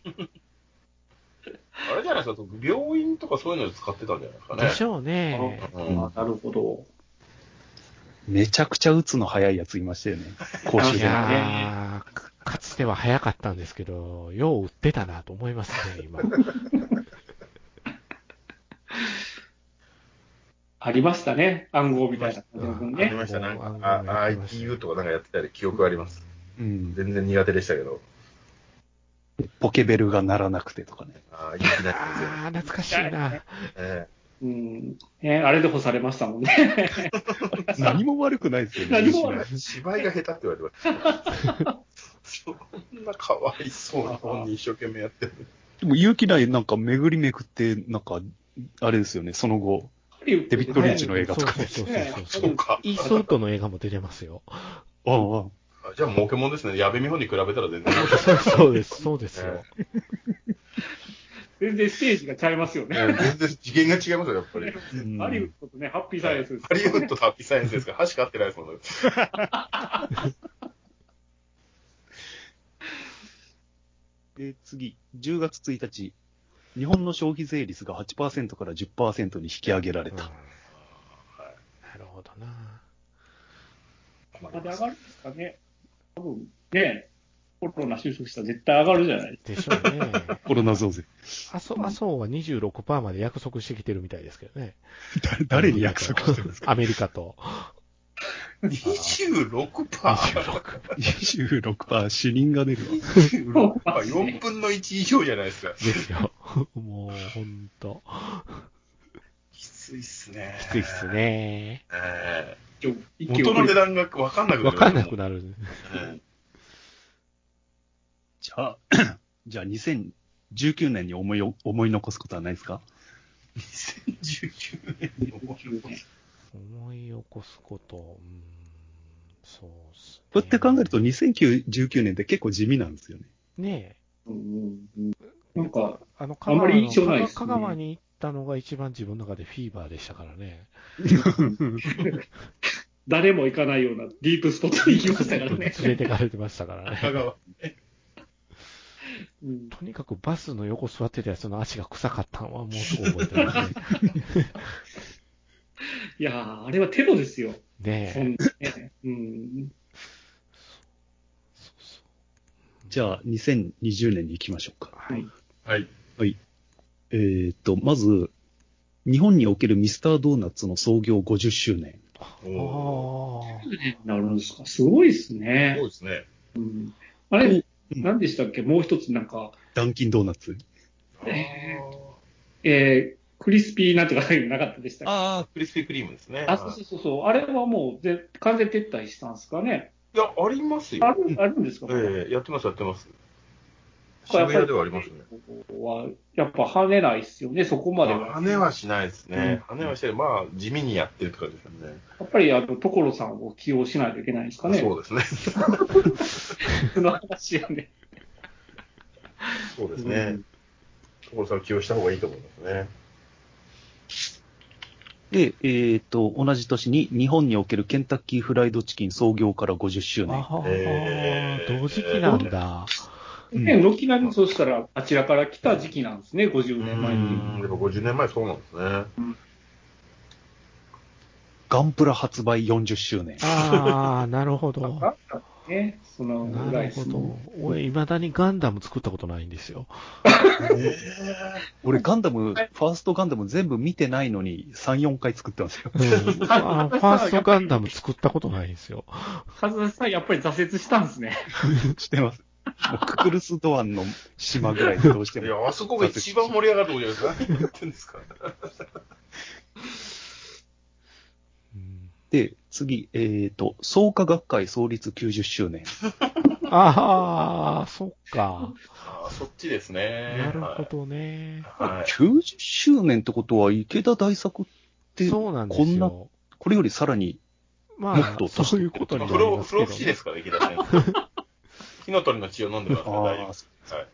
D: あれじゃないですか、病院とかそういうので使ってたんじゃないですかね。
C: でしょうね。
D: うん
B: あなるほど。
A: めちゃくちゃ打つの早いやついました よね。公
B: あ
A: 衆
C: い
A: 電話。
C: やーかかつては早かったんですけど、よう売ってたなと思いますね、今。
B: ありましたね。暗号みたいな感じの
C: う
B: 本
C: ん
D: あり
B: ね。
D: ましたね。
C: もう
D: あ
C: あのやってました
D: ITU とかなんかやってたり、記憶があります。
A: うん。
D: 全然苦手でしたけど。
A: ポケベルが鳴らなくてとかね。
D: ああ、いいですね。
C: ああ、懐かしいな。
D: え
B: うん。ね、あれで干されましたもん ね。
A: 何も悪くないですよね。
B: 何も悪
D: え芝居が下手って言われてました。そんなかわいそうな本に一生懸命やってる。
A: でも、勇気ない、なんか、巡りめくって、なんか、あれですよね、その後、
B: デ
A: デビッド・リンチの映画とかね。
C: そうそうそう
D: そ
C: そう
D: う。か。
C: イーストウッドの映画も出てますよ。
A: ああああ、
D: あじゃあ、儲けもんですね。矢部美穂に比べたら全 然。
C: そうそうです、そうですよ。
B: 全然ステージがちゃいますよね。
D: 全然次元が違いますよ、やっぱり。
A: うん
B: ハリウッドとね、ハッピーサイエンスです
D: ハ。リウッドとハッピーサイエンスですから、箸か合ってないですもんね。
A: で、次、10月1日、日本の消費税率が8%から10%に引き上げられ
C: うん
A: た。
C: なるほどな。
D: 困
B: ま
D: り
B: で
D: ま
B: 上
D: す
B: がるんですかね。多分、ね、コロナ収束したら絶対上がるじゃないですか。
C: でしょうね。
A: コロナ増税。
C: 麻生麻生は26%まで約束してきてるみたいですけどね。
A: 誰に約束してるん ですか
C: アメリカと。
D: 26%。
C: 26%。
A: ?26% 死人が出るわ。
D: 26%。4分の1以上じゃないですか。
C: ですよ。もう、ほんと。
D: きついっすね。
C: きついっす。ね。
D: え
B: 一
D: ー、
B: 気に
D: 元の値段が分かんなくな
C: わ
D: る。
C: かんなくなる。
D: うん
A: じゃあ、 じゃあ2019年に思いを、思い残すことはないですか
D: 2019年の面白いこと
C: 思い起こすこと。うん、そうっす、ね。
A: そうやって考えると2019年って結構地味なんですよね。
C: ね
B: うんうんうんなんか、
C: え。あの、
B: あ
C: 香
B: んま
C: 川
B: り
C: の
B: 印象ないっすね
C: 香川に行ったのが一番自分の中でフィーバーでしたからね。
B: 誰も行かないようなディープスポットに行きましたから
C: 連
B: ね。
C: れてかれてましたからね。
D: 香川。
B: うん
C: とにかくバスの横座ってたやつの足が臭かったのはもうすぐ覚えてますね。
B: いやー、あれはテロですよ。
C: ね
B: そ
C: え。
B: んなね。うん。
C: そうそう
A: じゃあ2020年に行きましょうか。
C: はい。
D: はい。
A: えーっと、まず、日本におけるミスタードーナツの創業50周年。
D: おー
C: ああ。
B: なるんですか。すごいです
D: す
B: ね
D: ごい。ですね。
B: うん、あれ、何でしたっけもう一つなんか、
A: ダンキンドーナツ。
B: ええー、クリスピーなんとかそういうのなかったでしたっ
D: ああ、クリスピークリームですね。
B: けあ、そうそうそうそう。あれはもうぜ完全撤退したんですかね。
D: いや、ありますよ。
B: あるあるんですか、
D: ええやってます、やってます。
B: これ
D: 渋谷ではありますね。。
B: ここはやっぱ跳ねないですよね、そこまで
D: あ
B: は。
D: 跳ねはしないですね。跳ねはして、まあ、地味にやってるって感じですよね。
B: やっぱりあの所さんを起用しないといけないんですかね。
D: そうですね。
B: その話やね。
D: そうですね。所さん起用した方がいいと思いますね。
A: で、えーっと、同じ年に日本におけるケンタッキーフライドチキン創業から50周年。
C: ああ、
D: えー
C: 同時期なん
A: うん
C: だ。
B: ね、軒並みそうしたら、あちらから来た時期なんですね、50
D: う
B: 年前に。
D: ん、やっぱ50年前そうなんですね。
A: ガンプラ発売40周年。
C: ああ、なるほ
B: なん
C: ど。
B: かね、そのぐ
C: な
B: らい
C: る
B: です
C: ほ
B: ね
C: ど。俺、未だにガンダム作ったことないんですよ。
A: 俺、ガンダム、ファーストガンダム全部見てないのに、3、4回作ったんですよ。
C: うん、あファーストガンダム作ったことないんですよ。
B: カズさん、やっぱり挫折したんですね。
A: してます。もうククルスドアンの島ぐらいでどうして
D: い
A: も。
D: や、あそこが一番盛り上がるとこじゃないですか。何言ってんですか。
C: うん
A: で、次、えっ、と、創価学会創立90周年。
C: ああ、そっか。
D: あーそっちですね。
C: なるほどね。
D: はい。はい
A: 90周年ってことは、池田大作って、
C: そうなんですよ。
A: これよりさらに、
C: ま
A: もっと
C: あ、
A: 年
C: そういう
D: ちょ
C: こ
D: っと
C: とに
D: 不
C: なり
D: 老
C: ます
D: 不
C: け
D: 老
C: ど
D: 不死ですから、池田先生。火の鳥の血を飲んでますから、大丈夫
A: あ
D: です。
A: ー
D: はい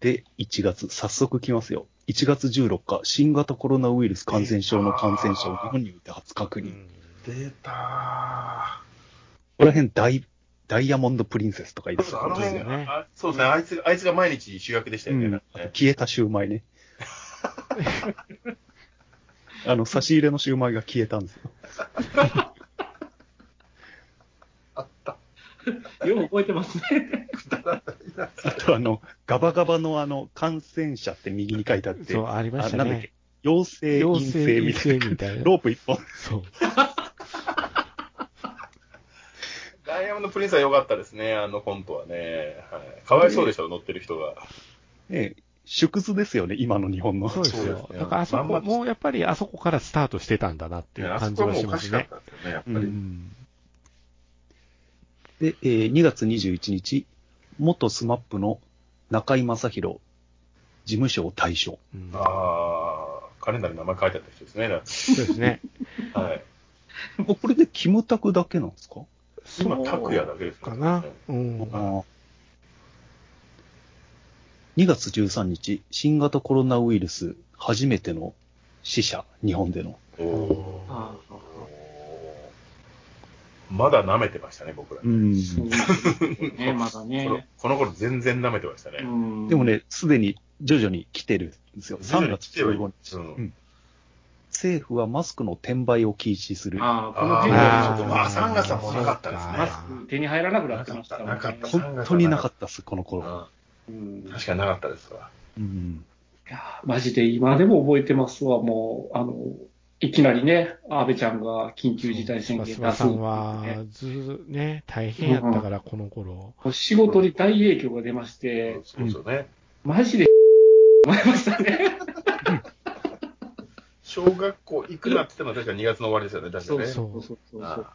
A: で、1月、早速来ますよ。1月16日、新型コロナウイルス感染症の感染者を日本において初確
C: う
A: 認。こ
C: ん
D: 出た
A: こら辺、ダイ、ダイヤモンドプリンセスとかいい
D: ー。
A: です
D: そうあの
A: よ
D: 辺
A: ね。
C: ね
D: が、あそうですね、あいつ、あいつが毎日主役でした
A: う
D: よね。
A: ん、
D: なん
A: あ
D: か
A: と
D: ね
A: 消えたシューマイ ね。あの、差し入れのシューマイが消えたんですよ。
B: よく覚えてますね。
A: あと、あの、ガバガバのあの、感染者って右に書いてあって、
C: そう、ありま
A: あ
C: した
A: なんだっ
C: ね
A: け。、陽性、陰性みたい
C: 陽性陰性みたい
A: な。
C: な
A: ロープ一本。
C: そう。
D: ダイヤモンドプリンスは良かったですね、あのコントはね。はい、かわいそうでしたよ、乗ってる人が。
A: ねえ縮図ですよね、今の日本の。
C: そうです
D: そうで
C: よ
D: す。ね
C: だからあそ
D: ま
C: こ、
D: んま
C: もうやっぱりあそこからスタートしてたんだなってい
D: ね
C: う
D: あそ
C: 感
D: こ
C: じは
D: はもう
C: し
D: おか
C: ま
D: し
C: す
D: かっ
C: ね。
D: たですよね、やっ
A: う
D: ぱり。
C: うん
A: で、えー2月21日、元スマップの中井正広、事務所を退 所。
C: うん
D: ああ、カレンダーに名前書いてあった人ですね。だか
C: そうですね。
D: らはい。
A: これでキムタクだけなんですか
D: 今、拓也だけです
C: か
D: ね
C: な。うん。
A: あ2月13日、新型コロナウイルス初めての死者、日本での。
D: おおー。
B: ああ
D: まだ舐めてましたね、僕ら。
B: そうですね、まだ
D: この
B: ね。
D: この頃全然舐めてましたね。
B: うん
A: でも、ね、すでに徐々に来てるんですよ。3月15日。
D: うん
A: うん政府はマスクの転売を禁止する。
B: ああ、この
D: あ
B: 辺
D: ー
B: は
D: ちょっとまあ三月はもうなかったですね
B: マスク手に入らなくなってましたもんね
D: なかった
A: 本当になかったです、この頃。
D: う
B: うん
D: ん確かになかったですわ。
A: うん
B: いやーマジで今でも覚えてますわ、もう、あの、いきなりね、安倍ちゃんが緊急事態宣言出す、
C: 菅さんは、ずーね、大変やったから、この頃。
B: もう仕事に大影響が出まして、
D: そうですよね。
B: マジで思いましたね。
D: 小学校行くなって言ったのは確か2月の終わりですよね、確かね。
B: そうそうそうそう。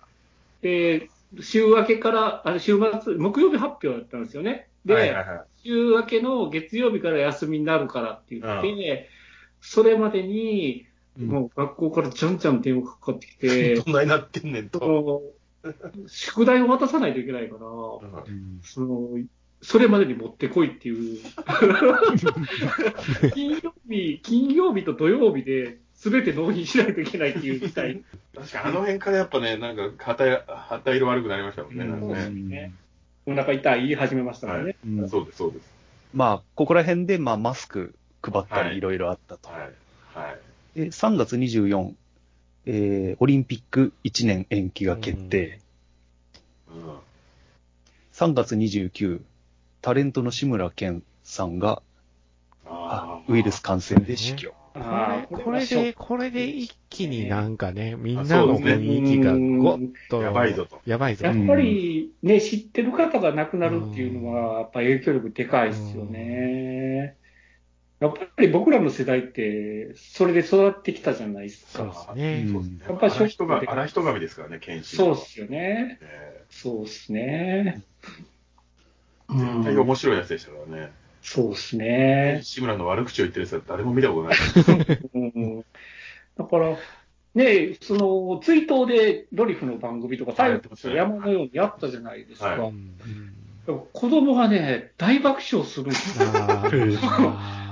B: で、週明けから、あ週末、木曜日発表だったんですよね。で、
D: はいはいはい
B: 週明けの月曜日から休みになるからって言って、それまでに、
A: うん
B: もう学校からちゃんちゃん電話かかって きて、
D: どんなになってんねんと。
B: その宿題を渡さないといけないから、
D: うん
A: うん
B: その、それまでに持ってこいっ ていう。金曜日、金曜日と土曜日で、すべて納品しないといけないっていう事態。
D: 確かあの辺からやっぱね、なんか旗や旗色悪くなりましたもんね。なんか
B: そうです
D: ね
B: ねお腹痛い言い始めましたもんね。
A: うん
D: そうです、そうです。
A: まあ、ここら辺で、まあ、マスク配った
D: は
A: り、
D: い
A: いろいろあったと。
D: はい。はい。
A: で、3月24、えー、オリンピック1年延期が決定。
D: うん
A: 3月29、タレントの志村けんさんが、あ
D: あー
A: ウイルス感染で死去。
B: あー
C: これこれで、、これで一気になんかね、みんな
D: そうで
C: の
D: すね
C: 雰囲気がごっと、
D: やばいぞと。
C: やばいぞ
B: や
C: と
B: っ。ぱりね、知ってる方が亡くなるっていうのは、やっぱ影響力でかいですよね。やっぱり僕らの世代って、それで育ってきたじゃないです
C: そうで
B: か。
C: すね。
A: うん
D: やっぱり荒人が、荒人神ですからね、剣士。
B: そうっすよね。
D: え
B: そうっすね。
D: ー絶対面白いやつでしたからね。
B: そうっすね。
D: 志村の悪口を言ってる人は誰も見たことない。
B: うんだから、ね、その追悼でドリフの番組とか、最後の山のようにやったじゃないですか。
D: はい
C: うん
B: でも子供がね、大爆笑するんですよ。
C: あー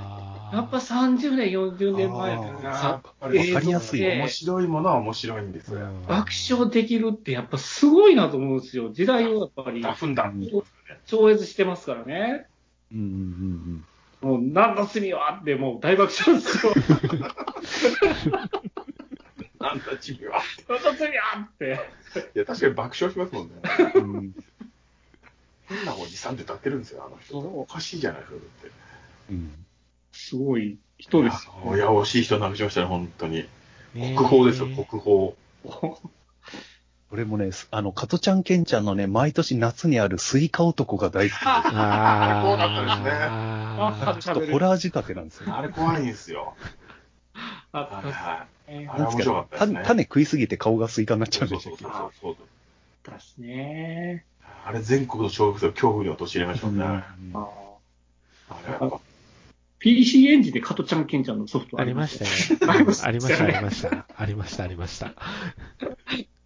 B: やっぱ30年、40年前
A: あー
B: さ
D: か
A: りますよ
D: 面白いものは面白いんですよ。
B: 爆笑できるってやっぱすごいなと思うんですよ。時代をやっぱり
D: ダフンダフン。
B: 超越してますからね。
A: うんうんうん
B: もう何の罪はあってもう大爆笑ですよ。
E: なんだ君は。
B: また次はって。
E: いや、確かに爆笑しますもんね。
A: うん
E: 変なおじさんって立ってるんですよ、あの人。おかしいじゃないですか、だって。
A: うん
B: すごい人です。
E: いや、いや惜しい人なくしましたね、本当に。
C: ね
E: 国宝ですよ、国宝。
A: 俺もね、あの、加トちゃんケンちゃんのね、毎年夏にあるスイカ男が 大好きで、
C: ああ。
E: そうだったんですね
C: あ
A: ちょっとホラー仕掛けなんですよ。
E: あれ怖いんですよ。
B: あ
E: はいはい。
B: え
E: あ
B: ー
E: れ面白かったですね
A: 種。種食いすぎて顔がスイカになっちゃ
E: そううんそ
A: で
E: う
A: し
E: そ
A: た
E: う
A: け
E: そ
A: ど。
E: うそう。
B: だしね。
E: あれ全国の小学生を恐怖に陥れましたもんね。あ
A: うん
B: あ
E: れやっぱ
B: PC エンジンで加トちゃんケンちゃんのソフト
C: ありました
B: よ。
C: よね。ありまし
B: あ
C: た、あ
B: り
C: りました。ありました、ありました。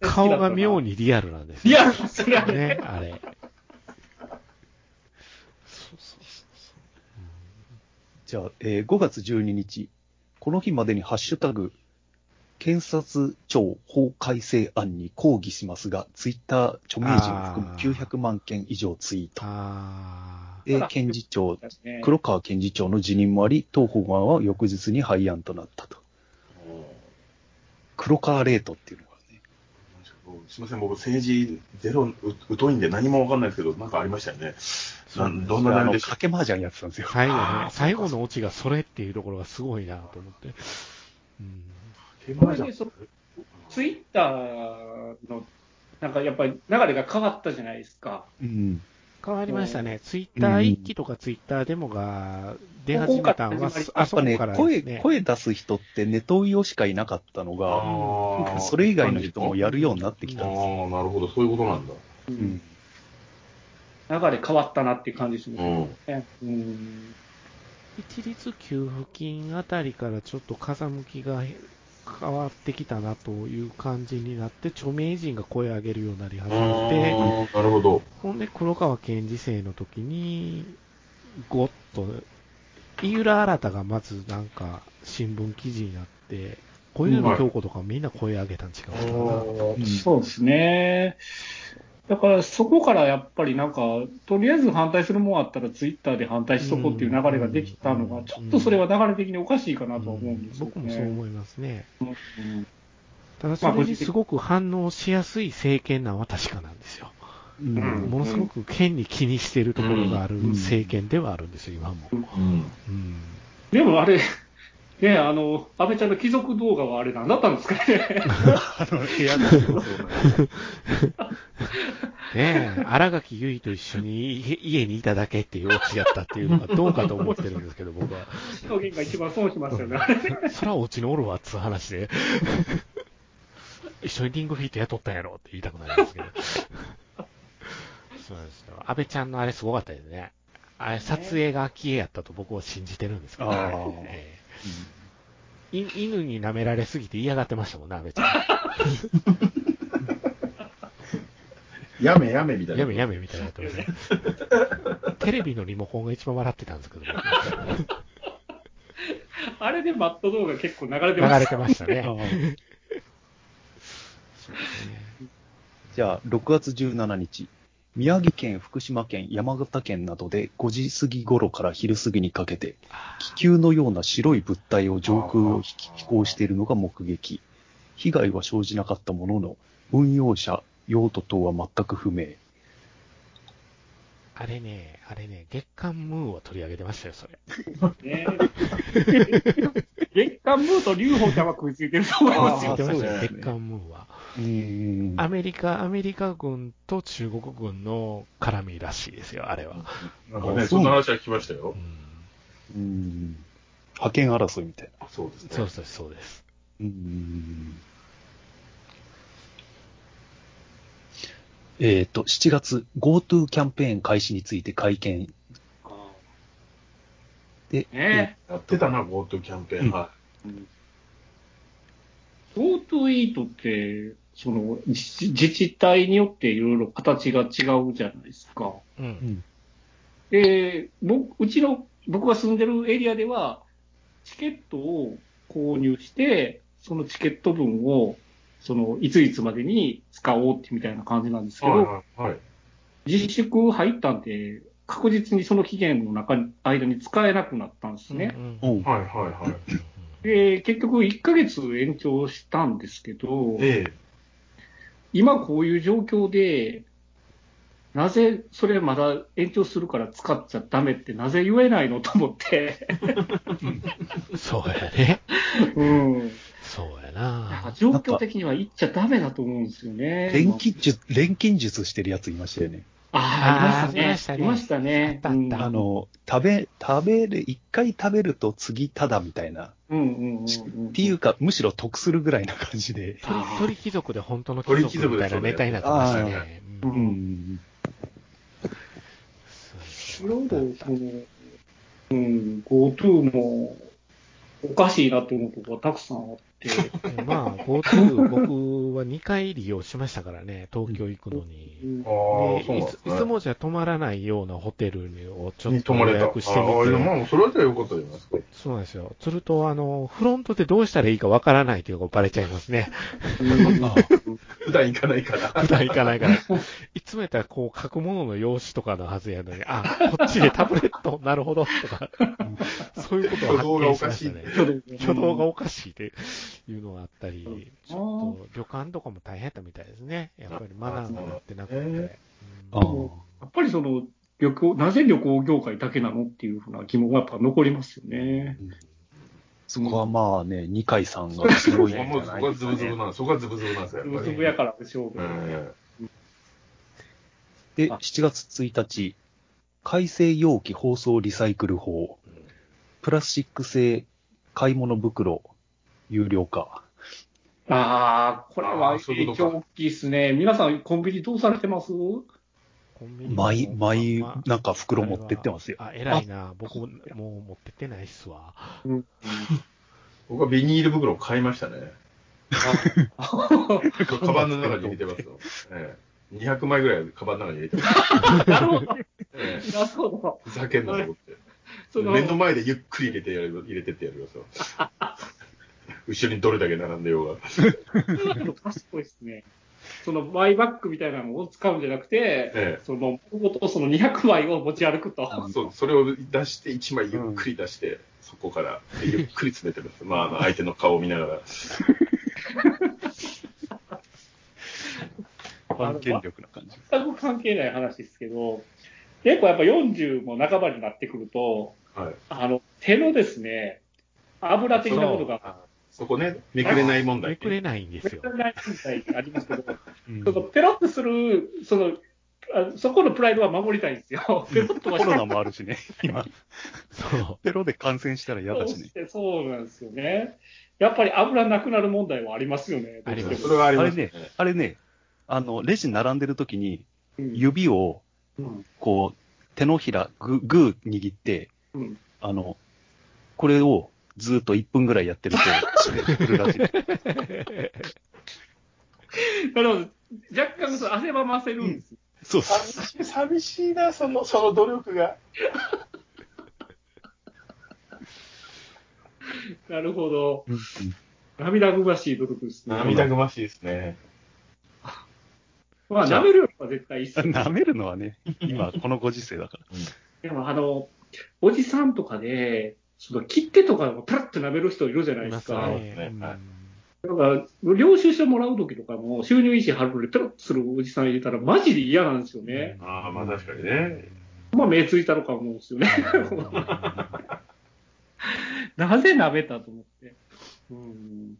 C: 顔が妙
B: に。
C: にリアルなんです
B: い
C: よ。
B: や、それはね。
C: ね、あれ。そうそう
A: じゃあ、えー5月12日、この日までにハッシュタグ、検察庁法改正案に抗議しますが、ツイッター著名人を含む
C: あー
A: 900万件以上ツイート。
C: あ
A: で
B: あ、ら
A: 検事長、
B: ね
A: 黒川検事長の辞任もあり、当法案は翌日に廃案となったと。黒川レートっていうのがね。
E: すみません、僕、政治ゼロ、う疎いんで何もわかんないですけど、なんかありましたよね。なんどんな
A: あ
E: 内容
A: の、
E: でした
A: 掛け麻雀やってたんですよ
C: あ。。最後
E: あ
C: ね
E: ー、
C: 最後のオチがそれっていうところがすごいなと思って。うん。
E: テー
B: こ
E: マ
B: れ
E: じゃん
B: ね、そのツイッターの、なんかやっぱり流れが変わったじゃないですか。
A: うん。
C: 変わりましたね。ツイッター一期とかツイッターデモが出始めたのは
B: ここから始まり、
C: あ
A: やっ
C: そ
A: ぱ
C: こ
A: ね、
C: からで
A: 声、
C: すね。
A: 声出す人ってネトウヨしかいなかったのが、
E: あー
A: それ以外の人もやるようになってき
E: あ
A: たんですよ。
E: あ、なるほど、そういうことなんだ。
B: う
A: うんん
B: 流れ変わったなっていう感じです
E: う
B: ね。
E: ん。
B: うん。
C: 一律給付金あたりからちょっと風向きが変わってきたなという感じになって、著名人が声を上げるようになり始めて、
E: あーなるほど。
C: ほんで、黒川検事正の時に、ごっと、井浦新がまずなんか新聞記事になって、小泉京子とかみんな声上げたん違うかな。
A: うん
B: そうですね。だからそこからやっぱりなんか、とりあえず反対するもんあったらツイッターで反対しとこうっていう流れができたの
C: う
B: が、
C: ん
B: ちょっとそれは流れ的におかしいかなとは思
C: う
B: うん
C: ん
B: ですよね。
C: 僕もそう思いますね。
B: うん
C: ただ、それにすごく反応しやすい政権なのは確かなんですよ。
A: うん
B: うん
C: ものすごく権に気にしているところがある政権ではあるんですよ、今も。
E: うん。
C: うん
B: でもあれ、ね、あの、安倍ちゃんの貴族動画はあれ何だったんですかね。
A: あの、部屋の仕事を ね
C: ねえ、新垣結衣と一緒に家家にいただけっていうオチやったっていうのがどうかと思ってるんですけど、僕は。
B: 表現が一番損しましたよね。
C: そらオチのおるわっつう話で。 一緒にリンゴフィート雇ったんやろって言いたくなりますけど。そうなんですよ。安倍ちゃんのあれすごかったですね。あれ、撮影が秋江やったと僕は信じてるんですけど、
A: あー
C: ええい犬に舐められすぎて嫌がってましたもんね、安倍ちゃん。
E: やめやめみたいな。
C: やめやめみたいなやつね。 テレビのリモコンが一番笑ってたんですけど、僕
B: あれでマット動画結構流れてま
C: 流
B: し
C: れ
B: た。
C: てましたね。
A: じゃあ、6月17日、宮城県、福島県、山形県などで5時過ぎ頃から昼過ぎにかけて、気球のような白い物体を上空を飛飛行しているのが目撃。被害は生じなかったものの、運用者、用途等は全く不明。
C: あれね、あれね、月刊ムーを取り上げてましたよ、それ。
B: ね、月刊ムーと劉邦ちゃんは食いついてると思います
A: あー
B: よ。
C: 言ってましたよ
A: そうです
C: 月
A: ね
C: 刊ムーは。
A: うん
C: アメリカ、アメリカ軍と中国軍の絡みらしいですよ、あれは。
E: なんかね、そんな話は聞きましたよ
C: う。ん
A: うん派遣争いみたいな。
E: そうですね。
C: そうそうそうです。
A: うんえっ、と、7月、GoTo キャンペーン開始について会見。で、
B: ね
E: やってたな、GoTo キャンペーン。
A: うん
E: は
B: 相当イートって、その、自自治体によっていろいろ形が違うじゃないですか。
C: う。
A: うんん
B: で、僕、うちの、僕が住んでるエリアでは、チケットを購入して、そのチケット分を、その、いついつまでに使おうってみたいな感じなんです
E: い。
B: けど、
E: はい。はい。
B: 自粛入ったんで、確実にその期限の中に、間に使えなくなったんですね。
C: うん
A: おう
E: はい。はい。はい。
B: で、で、結局1ヶ月延長したんですけど、
E: ええ。
B: 今こういう状況で、なぜそれまだ延長するから使っちゃダメってなぜ言えないのと思って、
C: そうやね。
B: うん。
C: そう や
B: なんか
C: な。
B: 状況的には言っちゃダメだと思うんですよね。
A: 錬金術、錬金術してるやついましたよね。
B: ああ、い
C: あー
B: ましたね。
C: い
B: い
C: ま
B: ま
C: し
B: したね。
C: あったあった
A: あの、食べ、食べる、一回食べると次ただみたいな。
B: うんうんうんうんうん。
A: っていうか、むしろ得するぐらいな感じで。
C: 鳥
B: あー
C: 鳥貴族で本当の貴
E: 鳥貴族
C: 族みた
E: で
C: い
E: すよ
C: な
E: ね
C: ネタになってました
A: あ
C: ね。
B: う
C: うん
B: ん
A: うん。
B: いろいろ、その、うん、GoTo も、おかしいなって思うとこがたくさんあって、
C: まあ、GoTo、僕は2回利用しましたからね、東京行くの
B: う
C: に。
B: ん
E: ああ、
C: で
E: そう
C: い
E: なんで
C: ついつ
E: すね。
C: もじゃ泊まらないようなホテルをちょっ
E: に
C: と
E: 泊ま
C: 予
E: れた。あ
C: 約してみ
E: あ、いや、
C: て、
E: まあ、それじゃよかったじゃないですか。
C: そうなんですよ。すると、あの、フロントでどうしたらいいかわからないというか、バレちゃいますね。
A: あ
E: 普段行かないから。
C: 普段行かないから。いつもやったら、こう、書くものの用紙とかのはずやのに、あ、こっちでタブレット、な るほど、とか、そういうことを発見しましたね。挙動がおかしいっていうのがあったり、ちょっと旅館とかも大変だったみたいですね。やっぱりマナーがなってなくて。
E: あそうなんだ
A: あ
C: うん
B: やっぱりその、旅行、なぜ旅行業界だけなのっていうふうな疑問がやっぱ残りますよね。
A: そこはまあね、二階さんがすごいんじゃ
E: もうそこ
A: ない
E: が
A: です
E: ズ
A: か
E: ブズブ
A: ね。
E: なんです。そこがズブズブなんですよ。
B: つ
E: や
B: ぶ
E: っぱ
B: つ
E: り
B: ぶやからでしょうけ
E: う
B: ど。
E: ん。
A: で、7月1日、改正容器包装リサイクル法、プラスチック製買い物袋、有料化。
B: ああ、これ
E: あ
B: は
E: ーそうい
B: 影
E: うことか
B: 響大きいですね。皆さん、コンビニどうされてます
C: コンビニも
A: マイ、マイ
C: まあ、
A: なんか袋持ってってますよ。
C: あ、偉いな。僕も、もう持ってってないっすわ。
E: 僕はビニール袋を買いましたね。カバンの中に入れてますよ。ええ200枚ぐらいカバンの中に入れてます。
B: なるほど。
E: ええ
B: なるほど。
E: ふざけんなと思って。
B: その
E: 目の前でゆっくり入れてやる、入れてってやり ますよ。後ろにどれだけ並んでようが。
B: 賢いですね。そのマイバッグみたいなのを使うんじゃなくて、
E: え
B: その、ごとその200枚を持ち歩くと。
E: えそう、それを出して、1枚ゆっくり出して、そこからゆっくり詰めて ます。まあ、あの相手の顔を見ながら。
A: 判権力な感じ。
B: 全く関係ない話ですけど、結構やっぱ40も半ばになってくると、
E: はい。
B: あの、手のですね、油的なものが、
E: あそこね、めくれない問題
C: め
E: ね。
C: くれないんですよ。
B: ないみたいにありますけど、
C: うん
B: そのペロッとする、その、あそこのプライドは守りたいんですよ。ペロッと
A: コ
B: はし
A: ロ
B: た
A: ナもあるしね、今。
C: そう。
A: ペロで感染したら嫌だしね。
B: くて、そうなんですよね。やっぱり油なくなる問題はありますよね。
C: ありま
E: それはありますね。
A: あれね、あの、レジ並んでる時に、
B: うん
A: 指を、
B: うん
A: こう、手のひら、ぐ、ぐー握って、
B: うん
A: あの、これをずーっと1分ぐらいやってる と、してくるらしい。
B: なるほど。若干その汗ばませるんですよ。
A: そうそ
E: 寂しい、
A: う。
E: 寂しいな、その、その努力が。
B: なるほど。
A: うん
B: 涙ぐましい部分ですね。
E: 涙ぐましいですね。
B: まあ、舐めるよりは絶対いいっ すよ
A: 舐めるのはね、今、このご時世だから。
B: でも、あの、おじさんとかで、その切手とかをパラッと舐める人いるじゃない
C: い
B: で
C: ますす
B: か。
C: ね。うん
E: はい
B: だから、領収書もらう時とかも、収入印貼るのにペロッとするおじさん入れたら、マジで嫌なんですよね。
E: ああ、まあ確かにね。
B: まあ、目ついたのか思うんですよ ね。なぜ舐めたと思って。うん。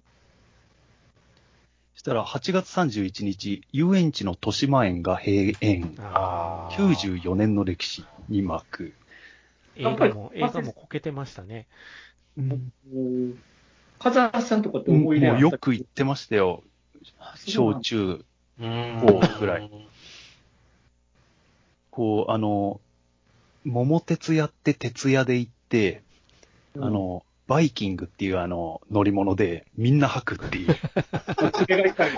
A: そしたら、8月31日、遊園地の豊島園が閉園。
C: あー
A: 94年の歴史に幕。
C: 映画も、映画もこけてましたね。
B: もう風橋さんとかって
A: も
B: 思
A: う
B: い出あった
A: よく行ってましたよ。小中、
E: うん
A: こうぐらい。こう、あの、桃鉄やって鉄屋で行って、
B: うん
A: あの、バイキングっていうあの、乗り物でみんな吐くっていう。
B: 手が痛い。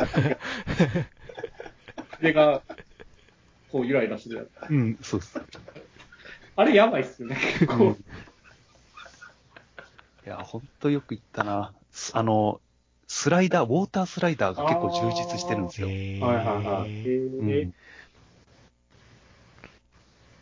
B: 手が、こう、ゆらゆらするやつ。
A: うん、そうです。
B: あれ、やばいっすよね、結構。
A: いや、ほんとよく行ったな。すあの、スライダー、ウォータースライダーが結構充実してるんですよ。
C: へー
B: え
A: うん
B: ー、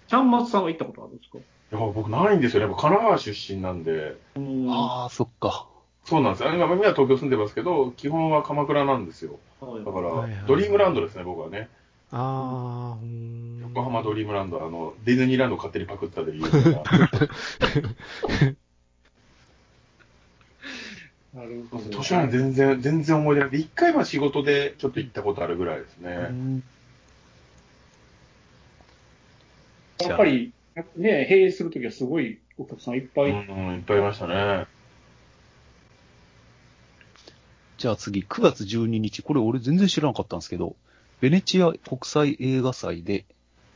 B: ちゃんまつさんは行ったことあるんですか
E: いや、僕ないんですよね。僕神奈川出身なんで、
B: うん
A: ああ、そっか。
D: そうなんですよ。あ今、今は東京住んでますけど、基本は鎌倉なんですよ。
B: はい
D: だから、
C: はいはい
D: ドリームランドですね、僕はね。
C: ああ、うーん。
D: 横浜ドリームランド、あの、ディズニーランド勝手にパクったで有名な
B: なるほど。
D: 図書館全然、全然思い出なくて、一回は仕事でちょっと行ったことあるぐらいです
C: う
D: ね。
C: ん
B: やっぱり、ね、閉園するときはすごいお客さんいっぱ
D: うん、
B: い。
D: うんいっぱいいましたね。
A: じゃあ次、9月12日、これ俺全然知らなかったんですけど、ベネチア国際映画祭で、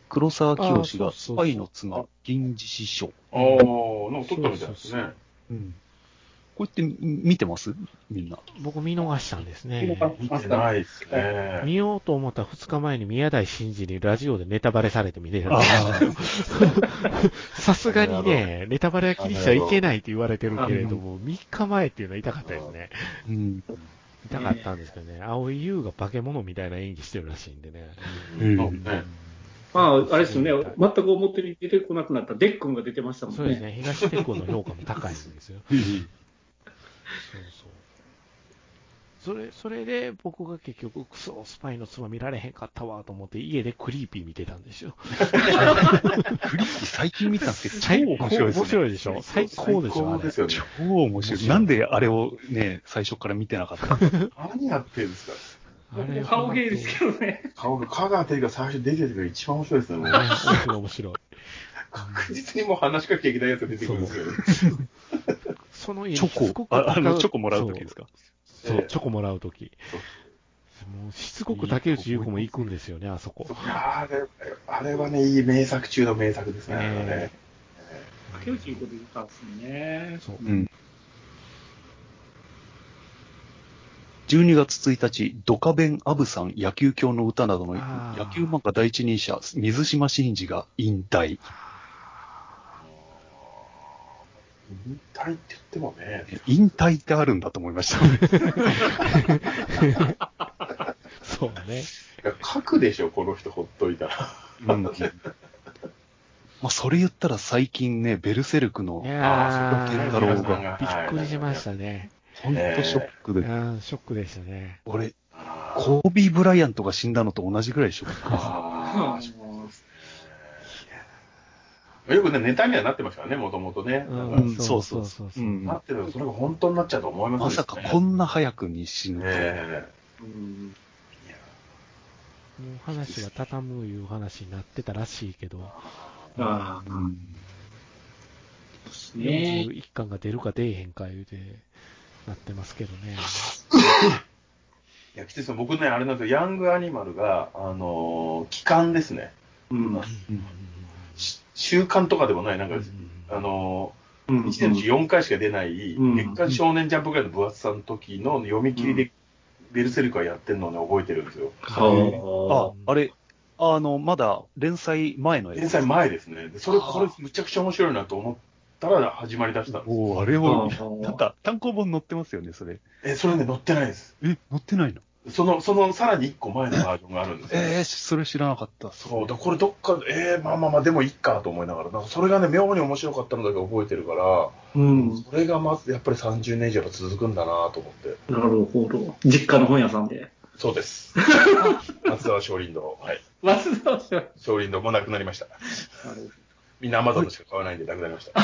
A: 黒沢清
C: あ
A: が
C: そうそうそう
A: 愛の妻、銀次師匠。
D: ああ、なんか撮ったみたいですね。
A: うん。これってみ見てますみんな。
C: 僕見逃したんですね。
D: 見てないですね。
C: 見ようと思った2日前に宮台真司にラジオでネタバレされて見てる。 さすがにね、ネタバレは気にしちゃいけないって言われてるけれども、3日前っていうのは痛かったですね。
A: うん。
C: 痛かったんですけどね、青井優が化け物みたいな演技してるらしいんでね。
A: うん
D: なんかね
B: まあ、あれですよね、全く表に出てこなくなったデックンが出てましたもんね。
C: そうですね、東テコの評価も高いんですよ。そうそう。それ、それで僕が結局、クソ、スパイの妻見られへんかったわと思って、家でクリーピー見てたんですよ。
A: クリーピー最近見たんですけど、超
C: 最
A: 面白いですね。
C: でしょ最高でしょ
D: 最
C: あ
D: 高
C: れ
D: ですよね。
A: 超面白い。なんであれをね、最初から見てなかったの
D: 何やってるんですか
C: あれ
B: 顔芸ですけどね。
D: 顔が、香川照之が最初出てるのが一番面白いですね。もう
C: 面白い、面白い。
D: 確実にもう話しかけいけないやつが出てくるんですけど。
C: その家に
A: チ
C: しつ
A: ョ
C: こ
A: コ、
C: く
A: ああの、チョコもらうときです
C: か
A: か
C: そうそ
D: え
C: う、
D: え
C: チョコもらうとき。もうしつこく竹内優子も行くんですよね、あそこ。
D: あれ、あれはね、いい名作中の名作ですね。あれはね
B: 竹 内いうこと言ったんですよね。
C: そう
A: うん。12月1日、ドカベン・アブさん野球教の歌などの
C: あー
A: 野球漫画第一人者、水島真司が引退。
D: 引退って言ってもね、
A: 引退ってあるんだと思いま した、
C: そうね。
D: いや書くでしょ、この人ほっといたら。
A: うん。まあ、それ言ったら最近ね、ベルセルクの
C: い、や
D: あ
A: そう
D: ー
A: 健
C: ー
A: 太郎
D: 健
A: が、
C: び
D: 太郎が
C: っくりしましたね。
A: ほんとショックで、
C: うんショックでしたね。
A: 俺、
D: あー
A: コービー・ブライアントが死んだのと同じぐらいでしょ。
D: あ
B: あの
D: ーよくね、ネタにはなってますからね、もともとね。
C: うん
D: なんか
A: んそうそう
C: そう
A: う
C: う。
A: ん
D: なってるそれが本当になっちゃうと思います
A: まさかこ
D: ん
A: んな早くに死ぬと。
D: え
B: うん
C: もう話が畳むいう話になってたらしいけど、
B: あ
A: う
B: あ、
A: ん
B: ですね。
C: 41巻が出るか出えへんか言うて、なってますけどね。
D: いや、きついですよ僕ね、あれなんですよ、ヤングアニマルが、あのー、期間ですね。
B: うん。
D: し週刊とかでもない、なんか、あのー、1年のうち4回しか出ない、
B: うん
D: 月刊少年ジャンプぐらいの分厚さの時の読み切りで、ベルセルクはやってるのをね、覚えてるんですよ。
A: あ
B: 顔。、
A: あれ、あの、まだ連載前のや
D: 連
A: つ。
D: 載前ですね。でそれ、これ、むちゃくちゃ面白いなと思ったら始まりだしたんです。
A: おお、あれ
B: あ
A: を、
B: ー
A: なんか単行本載ってますよね、それ。
D: え、それね、載ってないです。
A: え、載ってないの
D: その、その、さらに1個前のバージョンがあるんですよ。
A: えー、それ知らなかった。
D: そう、だこれどっか、えー、まあまあまあ、でもいっかと思いながら、なんかそれがね、妙に面白かったのだけ覚えてるから、
B: うん。
D: それがまず、やっぱり30年以上は続くんだなと思って。
B: なるほど。実家の本屋さんで。
D: そう です。松沢松林堂。はい。
B: 松沢さん。な
D: 松林堂もなくなりました。
B: る
D: みんなアマゾンでしか買わないんでなくなりました。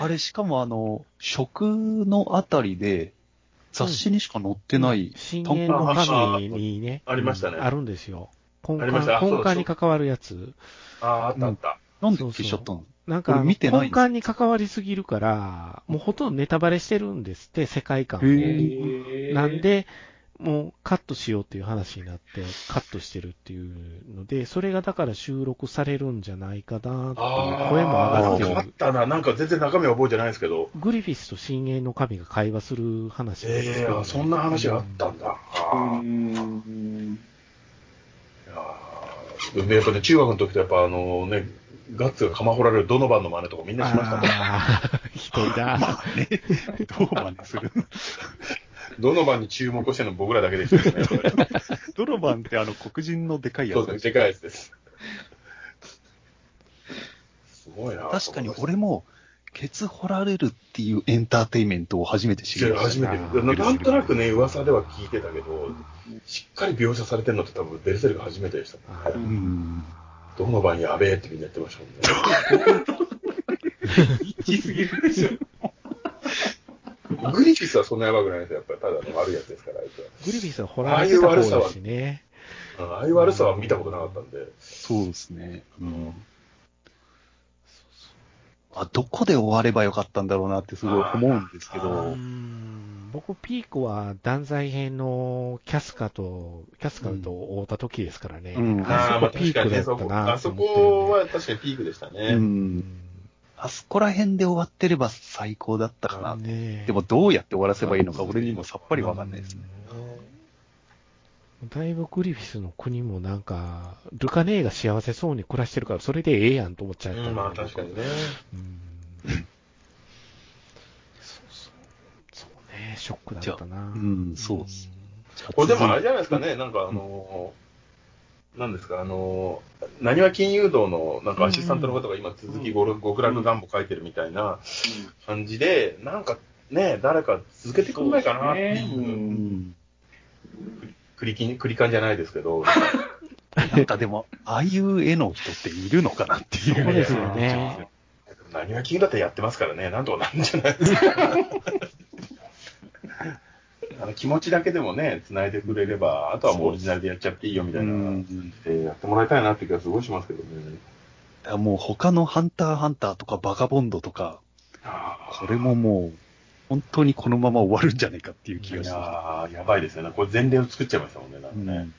A: あれ、しかもあの、食のあたりで、雑誌にしか載ってない、
C: 新
A: 単
C: 鋭
A: 行
C: の
A: 本
D: あ
C: 神にね、
D: あありましたね
C: うんあるんですよ。根
D: ありま
C: 幹
D: したあそう
C: 根
D: だ
C: 幹に関わるやつ。
D: ああ、あったあった。
A: なんで消しちゃったの
C: なんか、あの
A: 俺見て
C: 根
A: ないんです
C: 幹に関わりすぎるから、もうほとんどネタバレしてるんですって、世界観を。
A: へ
B: ほど。
C: なん、で、もうカットしようっていう話になって、カットしてるっていうので、それがだから収録されるんじゃないかなっていう声も上がって
D: なんかあっ
C: る。
D: たな。なんか全然中身は覚えてないですけど。
C: グリフィスと新鋭の神が会話する話なんです
D: え
C: け
D: え
C: ど
D: あそんな話があったんだ。
B: う
D: あ
B: ん。
D: ーいやーでやっぱね、中学の時とやっぱあのね、ガッツが釜掘られるドノバンの真似とかみんなしましたね。
C: あーひどいな。
A: どうまでする
D: ドノバンに注目してるの僕らだけでしたよね。
A: ドロバンってあの、黒人のでか いや
D: そう
A: つ
D: ですね、
A: で
D: でかいやつです。すごいな。
A: 確かに俺も、ケツ掘られるっていうエンターテインメントを初めて知りました。
D: 初めて
C: あー
D: な、なんとなくね、噂では聞いてたけど、しっかり描写されてるのって多分ベルセルが初めてでした。
C: あー
A: うん。
D: どの番やべえってみんな言ってましたもんね。
B: きすぎるでしょ。
D: グリフィスはそんなやばくないですよ、やっぱり。ただの悪いやつですから、あいつ
C: グリフィスはホラー見た方だしね。
D: はうんああいう悪さは見たことなかったんで。
A: そうですね。うん。あ、どこで終わればよかったんだろうなってすごい思うんですけ
D: あ
C: う
A: ど、
C: ん僕、ピークは断罪編のキャスカと、キャスカと追った時ですからね。
A: うん
D: あ
C: あ
D: あ、
C: そ
D: ま
C: こ
D: あ
C: ピーク
D: 確かに
C: だ
D: ね、
C: った
D: そこ、
C: な
D: あ
C: と
D: そ
C: 思ってるん
D: こ
C: で
D: は確かにピークでした
A: う
D: ね。
A: ん。あそこら辺で終わってれば最高だったかな。
C: ねえ
A: でもどうやって終わらせばいいのか俺にもさっぱりわかんないですね。
C: だいぶグリフィスの国もなんか、ルカ姉が幸せそうに暮らしてるから、それでええやんと思っちゃ
D: う
C: った、
D: ん、まあ確かにね。
C: うん。そうそう。そうね、ショックだったな。
A: うん、そうです。
D: これでもあれじゃないですかね、なんかあのー、なんですか、あのー、なにわ金融道のなんかアシスタントの方が今、続きごろ極楽願望書いてるみたいな感じで、なんかね、誰か続けてくんないかなって
B: ねう
D: いう、
B: ん
D: クリキン、クリカンじゃないですけど、
A: なんかでも、ああいう絵の人っているのかなっていう。
C: そうですよね。
D: なにわ金融だってやってますからね、なんとかなんじゃないですか。あの気持ちだけでもね、繋いでくれれば、あとはもうオリジナルでやっちゃっていいよみたいな、
A: うん
D: えーやってもらいたいなって気がすごいしますけどね。
A: あもう他のハンターハンターとかバカボンドとか、これももう、本当にこのまま終わるんじゃないかっていう気
D: いや
A: がしま
D: ー、やばいですよね。これ前例を作っちゃいましたもんね、なん
A: す。
D: か
A: う
D: ね。
A: ん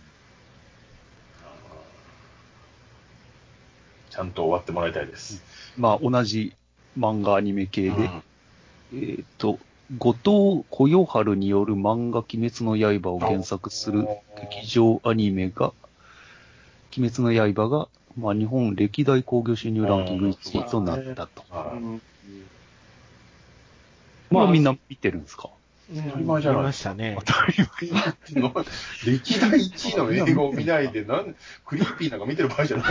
D: ちゃんと終わってもらいたいです。
A: まあ同じ漫画アニメ系で、
D: うん
A: えっ、と、後藤小夜春による漫画鬼滅の刃を原作する劇場アニメが、鬼滅の刃が、まあ日本歴代興行収入ランキング1位となったと。
D: は
B: う
D: い
B: ん
A: まあ
B: まあ
A: みんな見てるんです か
C: うん
D: 当たり前じゃない
C: 見ましたね。
D: 歴代1位の映画を見ないで、なんクリーピーなんか見てる場合じゃない。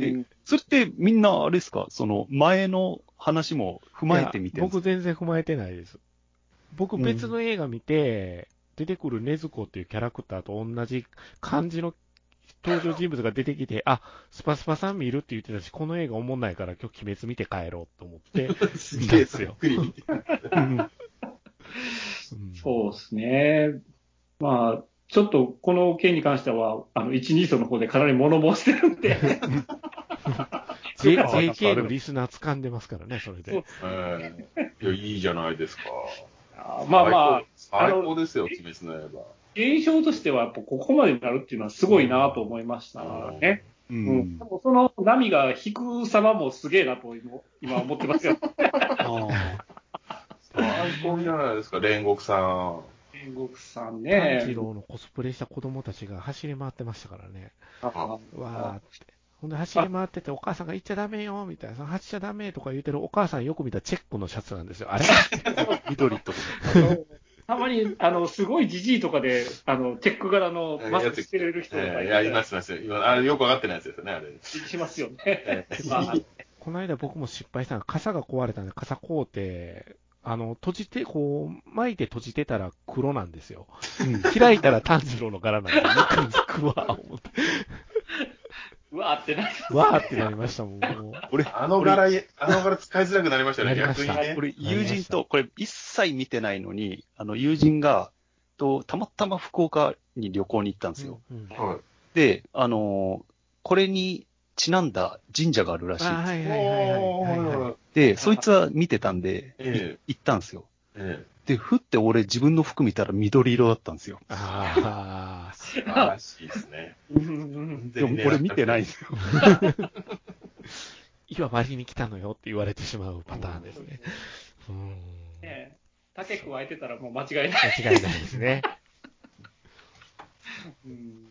A: えそれってみんなあれですかその前の話も踏まえてみてる
C: いや
A: んです
C: 僕
A: か
C: 全然踏まえてないです。僕別の映画見て、出てくる禰豆子っていうキャラクターと同じ感じの登場人物が出てきて、あ、スパスパさん見るって言ってたし、この映画おもんないから今日鬼滅見て帰ろうと思って、
D: す
C: 見たんですよ。
D: クリーピ
C: うん
B: そうですね。まあ、ちょっとこの件に関しては、あの、1、2層の方でかなり物申してるんで、
C: J-
A: あなんかあ
C: JK
A: れ
C: のリスナー掴んでますからね、それで。
D: ー。いや、いいじゃないですか。
B: あまあまあ、
D: 最高ですよ、鬼滅の刃。
B: 現象としては、やっぱここまでになるっていうのはすごいなと思いましたね。
A: う
B: うん
A: ん
B: で。もその波が引く様もすげえなと今思ってますよ。
D: 最高じゃないですか、煉獄さん。
B: 天国さん
C: 炭治
B: ね。
C: 郎のコスプレした子供たちが走り回ってましたからね。
B: あ
C: わーって。ほんで走り回ってて、お母さんが行っちゃダメよ、みたいな。走っちゃダメとか言ってるお母さんよく見たチェックのシャツなんですよ。あれ
A: 緑と。
B: のたまに、あの、すごいじじいとかで、あの、チェック柄のマスクしてる人とか
D: えー、
B: い
D: いや、
B: た
D: いま
B: り
D: す、います。今、あれ、よくわかってないやつですよね、あれ。
B: しますよね。
D: えー
B: まあ
C: この間僕も失敗したのが傘が壊れたんで、傘買うて、あの、閉じて、こう、巻いて閉じてたら黒なんですよ。開いたら炭治郎の柄なんで、よく見つくわ、思って。
B: うわーってな
C: わーってなりましたもん、もう。
A: 俺、
D: あの柄、あの柄使いづらくなりましたよね、
C: なりまし
D: 逆
C: た
D: にね。
A: 俺、友人と、これ一切見てないのに、あの、友人が、と、たまたま福岡に旅行に行ったんですよ。
C: うん
D: はい
A: で、あのーこれにちなんだ神社があるらしい。
C: あはいはいはいはいはいはい。
D: おー
A: で、そいつは見てたんで、
D: え
A: い行ったんですよ。
D: え
A: で、ふって俺自分の服見たら緑色だったんですよ。
C: あー
D: え、素晴らしいですね。
A: でも俺見てないんですよ。
C: 今割りに来たのよって言われてしまうパターンですね。うん。
B: ね竹加えてたらもう間違いない。
C: 間違いないですね。
B: うん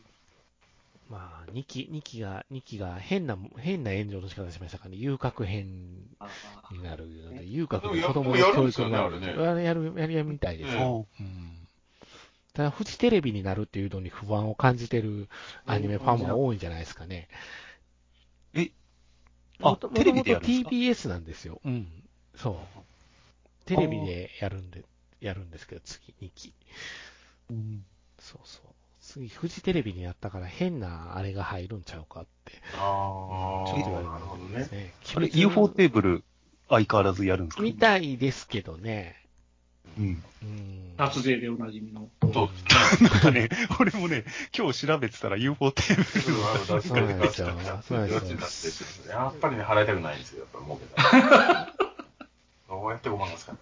C: まあ、2期、二期が、二期が変な、変な炎上の仕方しましたからね。遊郭編
B: あ
C: になるの
B: ね
C: で、遊郭の
D: でもや
C: 子供の
D: やるん
C: 教
D: です
C: 育
D: よ
C: に
D: ね
C: なる。あれやる、やるやるみたいです
D: うん
C: よ。うん。ただ、フジテレビになるっていうのに不安を感じてるアニメファンは多いんじゃないですかね。
A: あ
C: もと
A: テレビでや
C: も
A: る
C: と
A: んですか
C: TBS なんですよ。うん。そう。テレビでやるんで、やるんですけど、次2期。そうそう。次、フジテレビになったから変なあれが入るんちゃうかって、
D: あ
C: ちょっと言われ
D: なるほど
C: ま
D: ね
C: す。ね。
A: あれ、
C: 鬼滅
A: UFO テーブル、相変わらずやるんですか
C: みたいですけどね。
A: うん。
C: うん。
B: 脱税でおなじみの。
C: うん
D: そう
A: なんかね、俺もね、今日調べてたら UFO テーブルの話ばっ
C: そう
A: かり
C: なん
A: だ
C: で
A: っ
C: すよ
A: た。。
C: そうなん
D: どっ
C: で
D: ちだっ
C: すよ。
D: てやっぱりね、払いたくないんですよ、やっぱり儲けたらどうやってごまかすか
C: う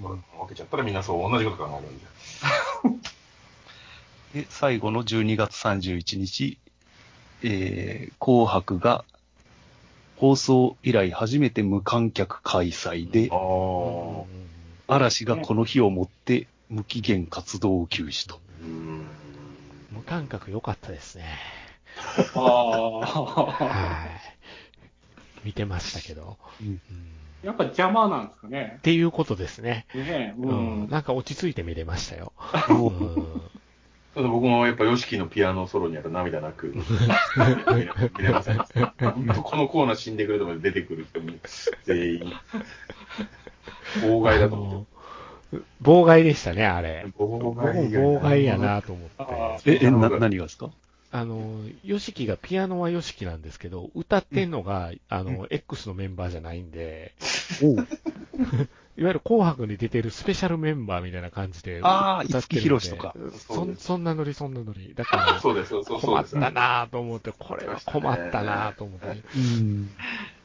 D: 儲
C: ん
D: けちゃったらみんなそう同じこと考えるんで。
A: で、最後の12月31日、えー、紅白が、放送以来初めて無観客開催で
D: あ、あ。
A: 嵐がこの日をもって無期限活動休止と。
D: うん。
C: 無感覚良かったですね。
B: ああ。
C: はい。見てましたけど。
A: うん
C: うん
B: やっぱ邪魔なんですかね
C: っ。ていうことですね。
B: ねえ、う
C: うん。
B: ん。
C: なんか落ち着いて見れましたよ。
A: お
C: う
D: ただ僕もやっぱ YOSHIKI のピアノソロにある涙 なく、見れません。このコーナー死んでくれとか出てくる人も全員、妨害
C: ん
D: だと思って。
C: 妨害でしたね、あれ。
D: 妨
C: 妨害や。なと思っ
B: あ
C: て。
A: え、え、な、何がですか
C: あの、ヨシキが、ピアノはヨシキなんですけど、歌ってんのが、あの、X のメンバーじゃないんで、 いわゆる紅白に出てるスペシャルメンバーみたいな感じで
A: あー
C: 歌って
A: 五木
C: るんで
A: ひろしとか。
C: そんそんなノリ、そんなノリ。だから、
D: そうです、そうそうそ
C: 困
D: う
C: っ
D: です。
C: たなぁと思って、これは困ったなぁと思って。
A: うん。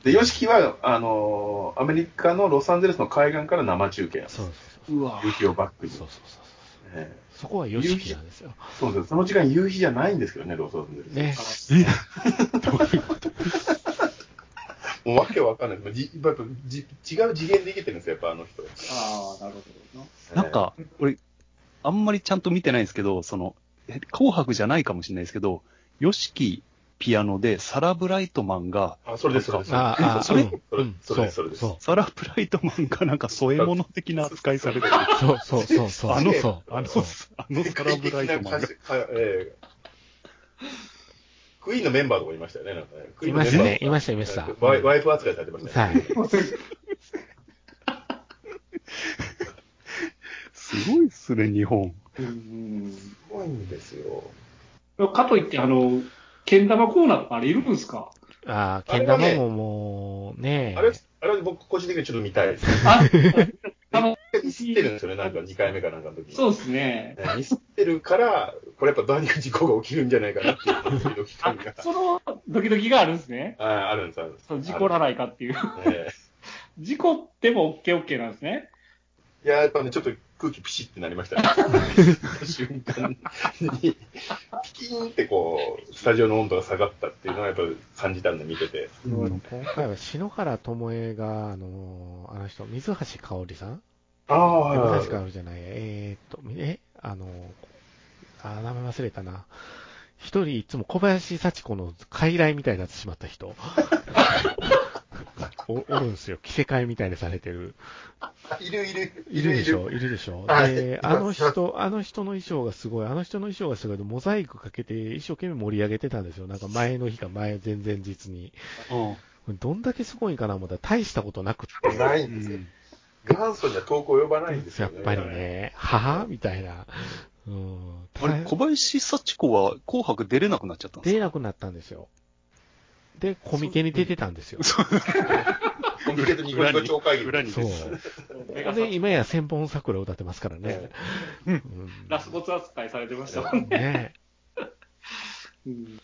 D: で、ヨシキは、あのーアメリカのロサンゼルスの海岸から生中継なんです
C: そうそう
B: うわ
D: 夕日をバッ
C: そ
D: ク
C: う。
D: に。
C: そうそうそう。
D: え
C: そこはヨシキなんですよ。
D: えそうです。その時間夕日じゃないんですけどね、ロサンゼルス。
C: ね。
D: もうわけわかんない。じやっぱじ違う次元で生きてるんですよ、やっぱあの人。
B: ああ、なるほどな。
A: なんか、俺、あんまりちゃんと見てないんですけど、その、え紅白じゃないかもしれないですけど、ヨシキピアノでサラ・ブライトマンが、
D: あ、それです、それです。
C: あああ
D: それ
C: うん、
D: うんそれです、それです。
C: そ
A: サラ・ブライトマンがなんか添え物的な扱いされてる。
C: う。そうそうそうそう。
A: あの
C: そう
A: あの、
C: そう
A: あのサラ・ブライトマンが。
D: え ークイーンのメンバーとかいましたよね、なんかね。クイ
C: い
D: ーン
C: ま
D: のメ
C: し
D: ン
C: た
D: バー
C: ね。いました、いました。
D: ワイワイプ扱いされてました
C: は
D: ね。
C: い。
A: すごいっすね、日本。
B: うん
D: すごいんですよ。
B: うん。かといって、あの、けん玉コーナーとかあれいるんですか
C: ああ、
D: あ
C: け
D: れ
C: ん
D: はね
C: 玉ももうね、
D: あれ、あれ僕個人的にちょっと見たいです。
B: あ、 あの、
D: ミスってるんですよね、なんか2回目かなんかの時に。
B: そうですね。
D: ねミスってるから、これやっぱ何か事故が起きるんじゃないかなっていうドキドキ
B: あ
D: 感 が、
B: そのドキドキがあるんですね。
D: ああるんです、あるんです。
B: そう事故らないかっていう。
D: ええ
B: 事故っても OKOK なんですね。
D: いや、やっぱね、ちょっと空気ピシってなりました ね。瞬間に、ピキーンってこう、スタジオの温度が下がったっていうのはやっぱ感じたんで見てて。
C: 今回は篠原ともえが、あのー、あの人、水橋かおりさん
D: ああ
C: 水橋かおりじゃない、えー、っと、え、あのー、あー、名前忘れたな。一人いつも小林幸子の傀儡みたいになってしまった 人。おおるんすよ。着せ替えみたいにされてる。
D: いるいる。
C: いるでしょ、いるでしょ。
D: はい
C: で、あの人、あの人の衣装がすごい、あの人の衣装がすごい、モザイクかけて一生懸命盛り上げてたんですよ。なんか前の日か前、前々日に。どんだけすごいんかな思ったら大したことなくって。
D: ないんですよ。元祖には遠く及ばないんです
C: や
D: よ
C: っ
D: ね。
C: ぱり。ね、母みたいな。うん。
A: あれ、小林幸子は紅白出れなくなっちゃったんです
C: 出
A: か
C: なくなったんですよ。で、コミケに出てたんですよ。
D: コンピューターニコニコ超会議。
A: 裏に
C: そう
A: で。す。
C: で、今や千本桜歌ってますからね。うん
B: ラスボス扱いされてましたもんね。
C: ね
B: うん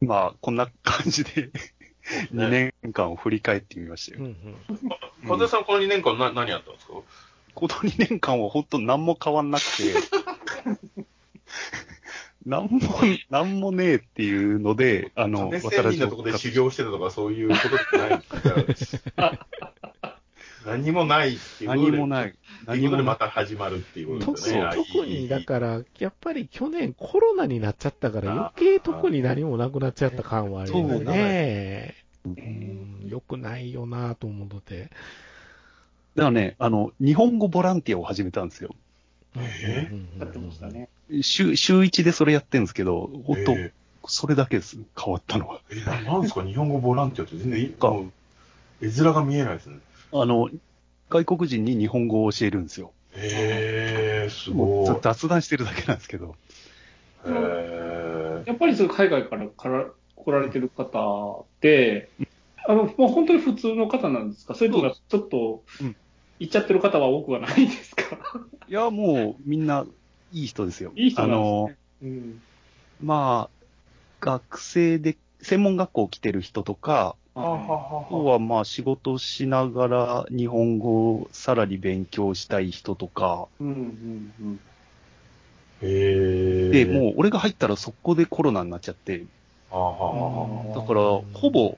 A: まあ、こんな感じで、2年間を振り返ってみました
C: うん
A: よ。
C: うん
D: 小田さん、この2年間な何やったんですか
A: この2年間は本当何も変わんなくて、 何も、何もねえっていうので、あの、
D: 亀
A: 渡
D: 仙
A: ら
D: 人
A: じ
D: のとこで修行してたとかそういうことじゃないんで すよ何もないっていうことで
A: 何もない。
D: ってい
A: 何
D: うこ
A: も
D: とでま
A: ない。
D: た始まるっていうことです
C: 特
D: ね。
C: に
D: あ、
C: 特に、だ
D: ら。
C: から、やっぱり去年コロナになっちゃったから、余計特に何もなくなっちゃった感はあるよ
A: そう
C: ね。
B: ね
C: よくないよなぁと思ってて。
A: だからね、あの、日本語ボランティアを始めたんですよ。
C: え
B: やってましたね。
A: 週、週1でそれやってるんですけど、本当、
D: え
A: それだけです、変わったのは。
D: え、ななんですか、日本語ボランティアって全然いい
A: か
D: もう絵面が見えないですね。
A: あの、外国人に日本語を教えるんですよ。
D: へえー、す
A: も
D: ご
A: う
D: い
A: ちょっと。雑談してるだけなんですけど。
D: へー
B: やっぱりそういう海外からから来られてる方って、あの、もう本当に普通の方なんですかそれともちょっと
A: うん、
B: 行っちゃってる方は多くはないんですか
A: いや、もうみんないい人ですよ。
B: いい人
A: あ
B: なんです
A: の
B: ね、。うん。
A: まあ、学生で、専門学校来てる人とか、
D: あは
A: あ
D: はは
A: とはまあ仕事をしながら日本語をさらに勉強したい人とか、
B: うんうんうん。
D: へー
A: で、もう俺が入ったら速攻でコロナになっちゃって、
D: あははは。
B: あー
A: だからほぼ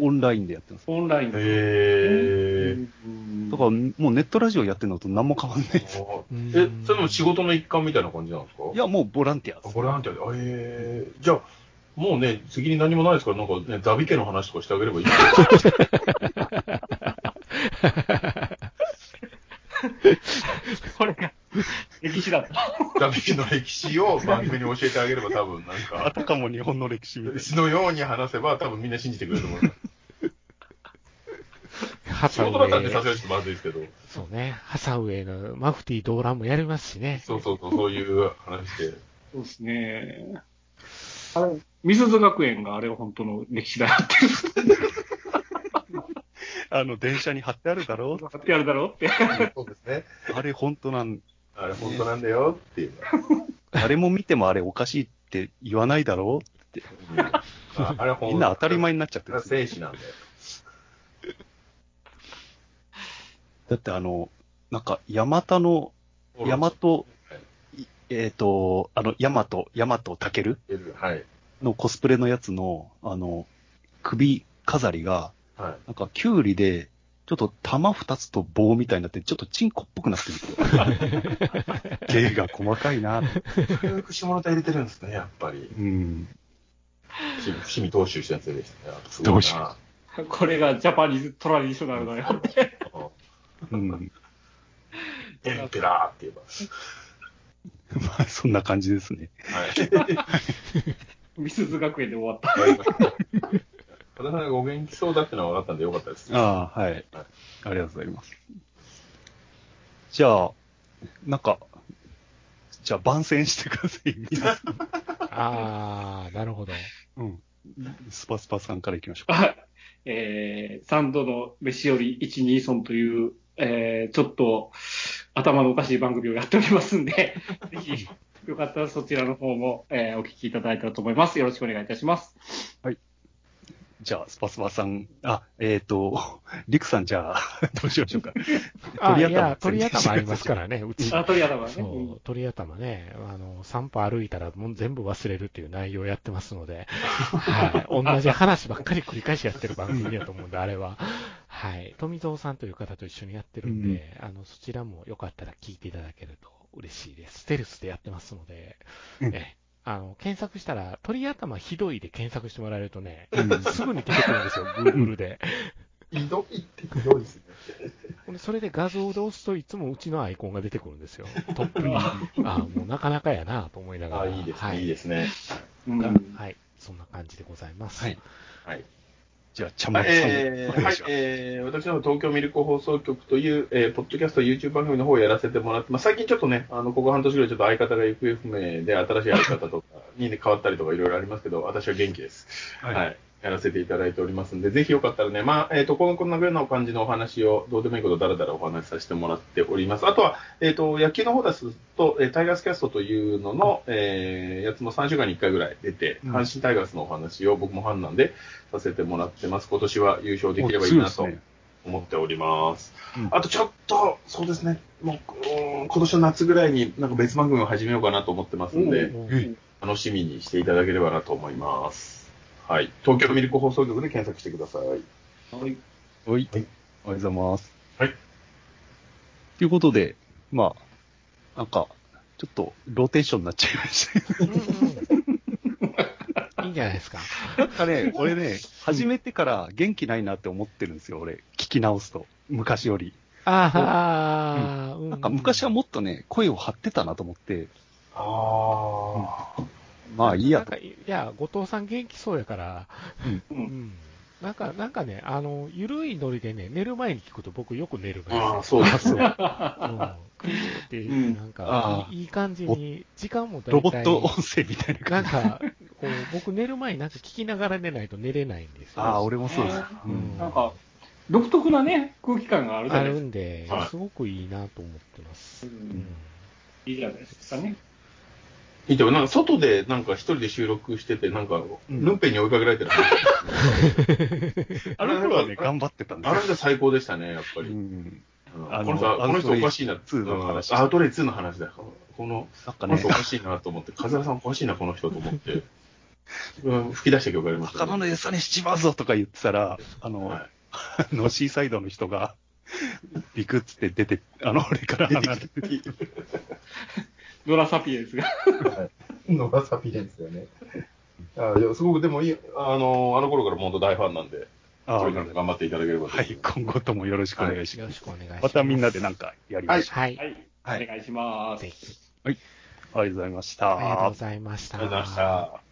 A: オンラインでやってます。
B: オンラインで。
D: へー
A: だからもうネットラジオやってるのと何も変わんないです。
D: え、それでも仕事の一環みたいな感じなんですか
A: いや、もうボランティアです。
D: ボランティアで、あえー、じゃあ、もうね、次に何もないですから、なんかね、ザビ家の話とかしてあげ ればいい。
B: これ が、歴史だった。
D: ザビ家の歴史を番組に教えてあげれば、多分なん
A: あ
D: か、
A: たかも日本の歴史みたいな。
D: 詩のように話せば、多分みんな信じてくれると思う。
C: ハ
D: 仕
C: サウ
D: 事だったらね、さ
C: ェイ
D: せ。るとまずいですけど、
C: そうね。ハサウェイのマフティー動乱もやりますしね。
D: そうそうそう、そういう話で。
B: そうですね。あれ、美鈴学園があれは本当の歴史だよって
A: あの、電車に貼ってあるだろ
B: 分かってやるだろうって。
D: そうですね。
A: あれ本当なん、
D: あれ、本当なんだよっていう。
A: 誰も見てもあれおかしいって言わないだろ
D: ああれ、
A: みんな当たり前になっちゃってるんですよ
D: 精子なんだよ。
A: だってあの、なんか、ヤマタの、ヤマト、いえっ、と、あの、ヤマト、ヤマトタケル
D: はい。
A: のコスプレのやつの、あの、首飾りが、
D: はい。
A: なんか、キュウリで、ちょっと玉二つと棒みたいになって、ちょっとチンコっぽくなってる んですよ。芸が細かいな。
D: よく下ネタ入れてるんですね、やっぱり。
A: うん。
D: 伏見伏見投手したやつでしたね。あとす
A: 投
D: ごい
A: 手
D: な。
B: これがジャパニーズトラディショナルだよ。
A: うん。
D: エンペラーって言えば。
A: まあ、そんな感じですね。
D: はい。
B: 美鈴学園で終わった。
D: 和田さんがお元気そうだってのは分かったんでよかったです。
A: ああ、はい。ありがとうございます。じゃあ、なんか、じゃあ番宣してください。皆さん
C: ああ、なるほど。
A: うん。スパスパさんからいきましょうか。
B: はい。えー、三度の飯より一二尊という、えー、ちょっと頭のおかしい番組をやっておりますん で、ぜひ、よかったらそちらの方も、えー、お聞きいただいたらと思います。よろしくお願いいたします。
A: じゃあ、スパスパさん、あ、えっ、と、リクさん、じゃあ、 どうしましょうか。
C: あ
A: 鳥
C: い
A: 頭
C: や、鳥頭ありますからね、うち。
B: あ、鳥頭ね。うん
C: そう、鳥頭ね、あの、散歩歩いたらもう全部忘れるっていう内容をやってますので、はい。同じ話ばっかり繰り返しやってる番組だと思うんで、あれは。はい。富蔵さんという方と一緒にやってるんで、あの、そちらもよかったら聞いていただけると嬉しいです。ステルスでやってますので、
A: うん
C: え、あの、検索したら、鳥頭ひどいで検索してもらえるとね、すぐに出てくるんですよ、Google で。
D: ひどいってひどいですね。
C: これそれで画像で押すといつもうちのアイコンが出てくるんですよ。トップに。ああ、もうなかなかやなと思いなが
D: あ
C: ら。
D: いいです
C: は
D: ね。
C: い。
D: いいですね。
B: うん
C: はい。そんな感じでございます。
A: はい
D: はい。
A: じゃあ、ちゃまやさん、お願
D: えーはいい
A: します。
D: えー私の方東京ミルク放送局という、えーポッドキャスト、YouTube 番組の方をやらせてもらって、まあ、最近ちょっとね、あのここ半年ぐらい、ちょっと相方が行方不明で、新しい相方とかに変わったりとか、いろいろありますけど、私は元気です。
A: は
D: はいい、やらせていただいておりますんで、ぜひよかったらね、まあ、えっ、と、このこんなぐらいの感じのお話を、どうでもいいことだらだらお話しさせてもらっております。あとは、えっ、と、野球の方ですと、えータイガースキャストというのの、えーやつも3週間に1回ぐらい出て、
A: うん
D: 阪神タイガースのお話を僕もファンなんでさせてもらってます。今年は優勝できればいいなと
A: もう強いですね
D: 思っております。
A: うん
D: あとちょっと、そうですね、もう、うん今年の夏ぐらいになんか別番組を始めようかなと思ってますんで、
B: うん
A: え
D: 楽しみにしていただければなと思います。はい。東京ミルク放送局で検索してください。
B: はい
A: おい、おはようございます。
D: はい。
A: ということで、まあ、なんか、ちょっと、ローテーションになっちゃいましたけど。
C: うんうんいいんじゃないですか。
A: なんか ね、俺ね、始めてから元気ないなって思ってるんですよ、俺。聞き直すと。昔より。
C: ああ、うん
A: なんか昔はもっとね、声を張ってたなと思って、
D: ああ。
A: まあいいや
C: なん
A: と。
C: かいや、後藤さん元気そうやから、
A: う
C: う
B: うん
C: ん。なんか、なんかね、あの、ゆるいノリでね、寝る前に聞くと僕よく寝るから。
D: ああ、そうです
C: う
D: ね。
C: ん。クイーって、
B: うん
C: なん
A: あ
C: か
A: あ、
C: いいいい感じに、時間も大体
A: ロボット音声みたいな 感
C: なん
A: じ。
C: か、こう、僕寝る前になんか聞きながら寝ないと寝れないんですよ。
A: ああ、俺もそうです。
C: う
A: うん
C: ん。
B: なんか、独特なね、空気感があるじゃ
C: あ
B: ないで
C: る
B: すか。
C: んで
D: はい、
C: すごくいいなと思ってます。
B: う
C: うんん
B: いいじゃないですかね。
D: いいでもなんか外でなんか一人で収録してて、なんか、
C: ん
D: ルンペンに追いかけられてる。
A: あの頃はね、頑張ってたんです
D: あ
A: よ
D: れが最高でしたね、やっぱ
A: う
D: り。
A: ん。
D: うん
A: あの
D: この人、
A: ア
D: こ
A: ウ
D: の
A: ト
D: 人
A: レイ
D: おかしいな。
A: 2の話
D: うんアウトレイ2の話だよ。この、
A: なんか
D: この
A: ね
D: 人お、かしいなと思って、風間さんおかしいな、この人と思って。うん吹き出した曲がありました
A: 魚
D: ね。
A: の餌にしちまうぞとか言ってたら、あの、
D: はい
A: あのシーサイドの人が、ビクッつって出て、あの、俺から離れて、
B: ドラサピエですが。
D: のがサピエンスだよね。 あいやすごく、でもいい、あの、あの頃から本当大ファンなんで、
A: あ
D: こ
A: あ
D: れからも頑張っていただければと思
A: は
D: ます
A: い、今後ともよろしくお願いし
C: よ
A: ま
C: ろ
A: す。
C: しくお願いします。
A: またみんなでなんかやりましょ
C: はい
B: は。い。
A: はい
B: お願いします
C: ぜ。ひ。
A: う。ありがとうございました。
C: ありがとうございました。
D: ありがとうございました。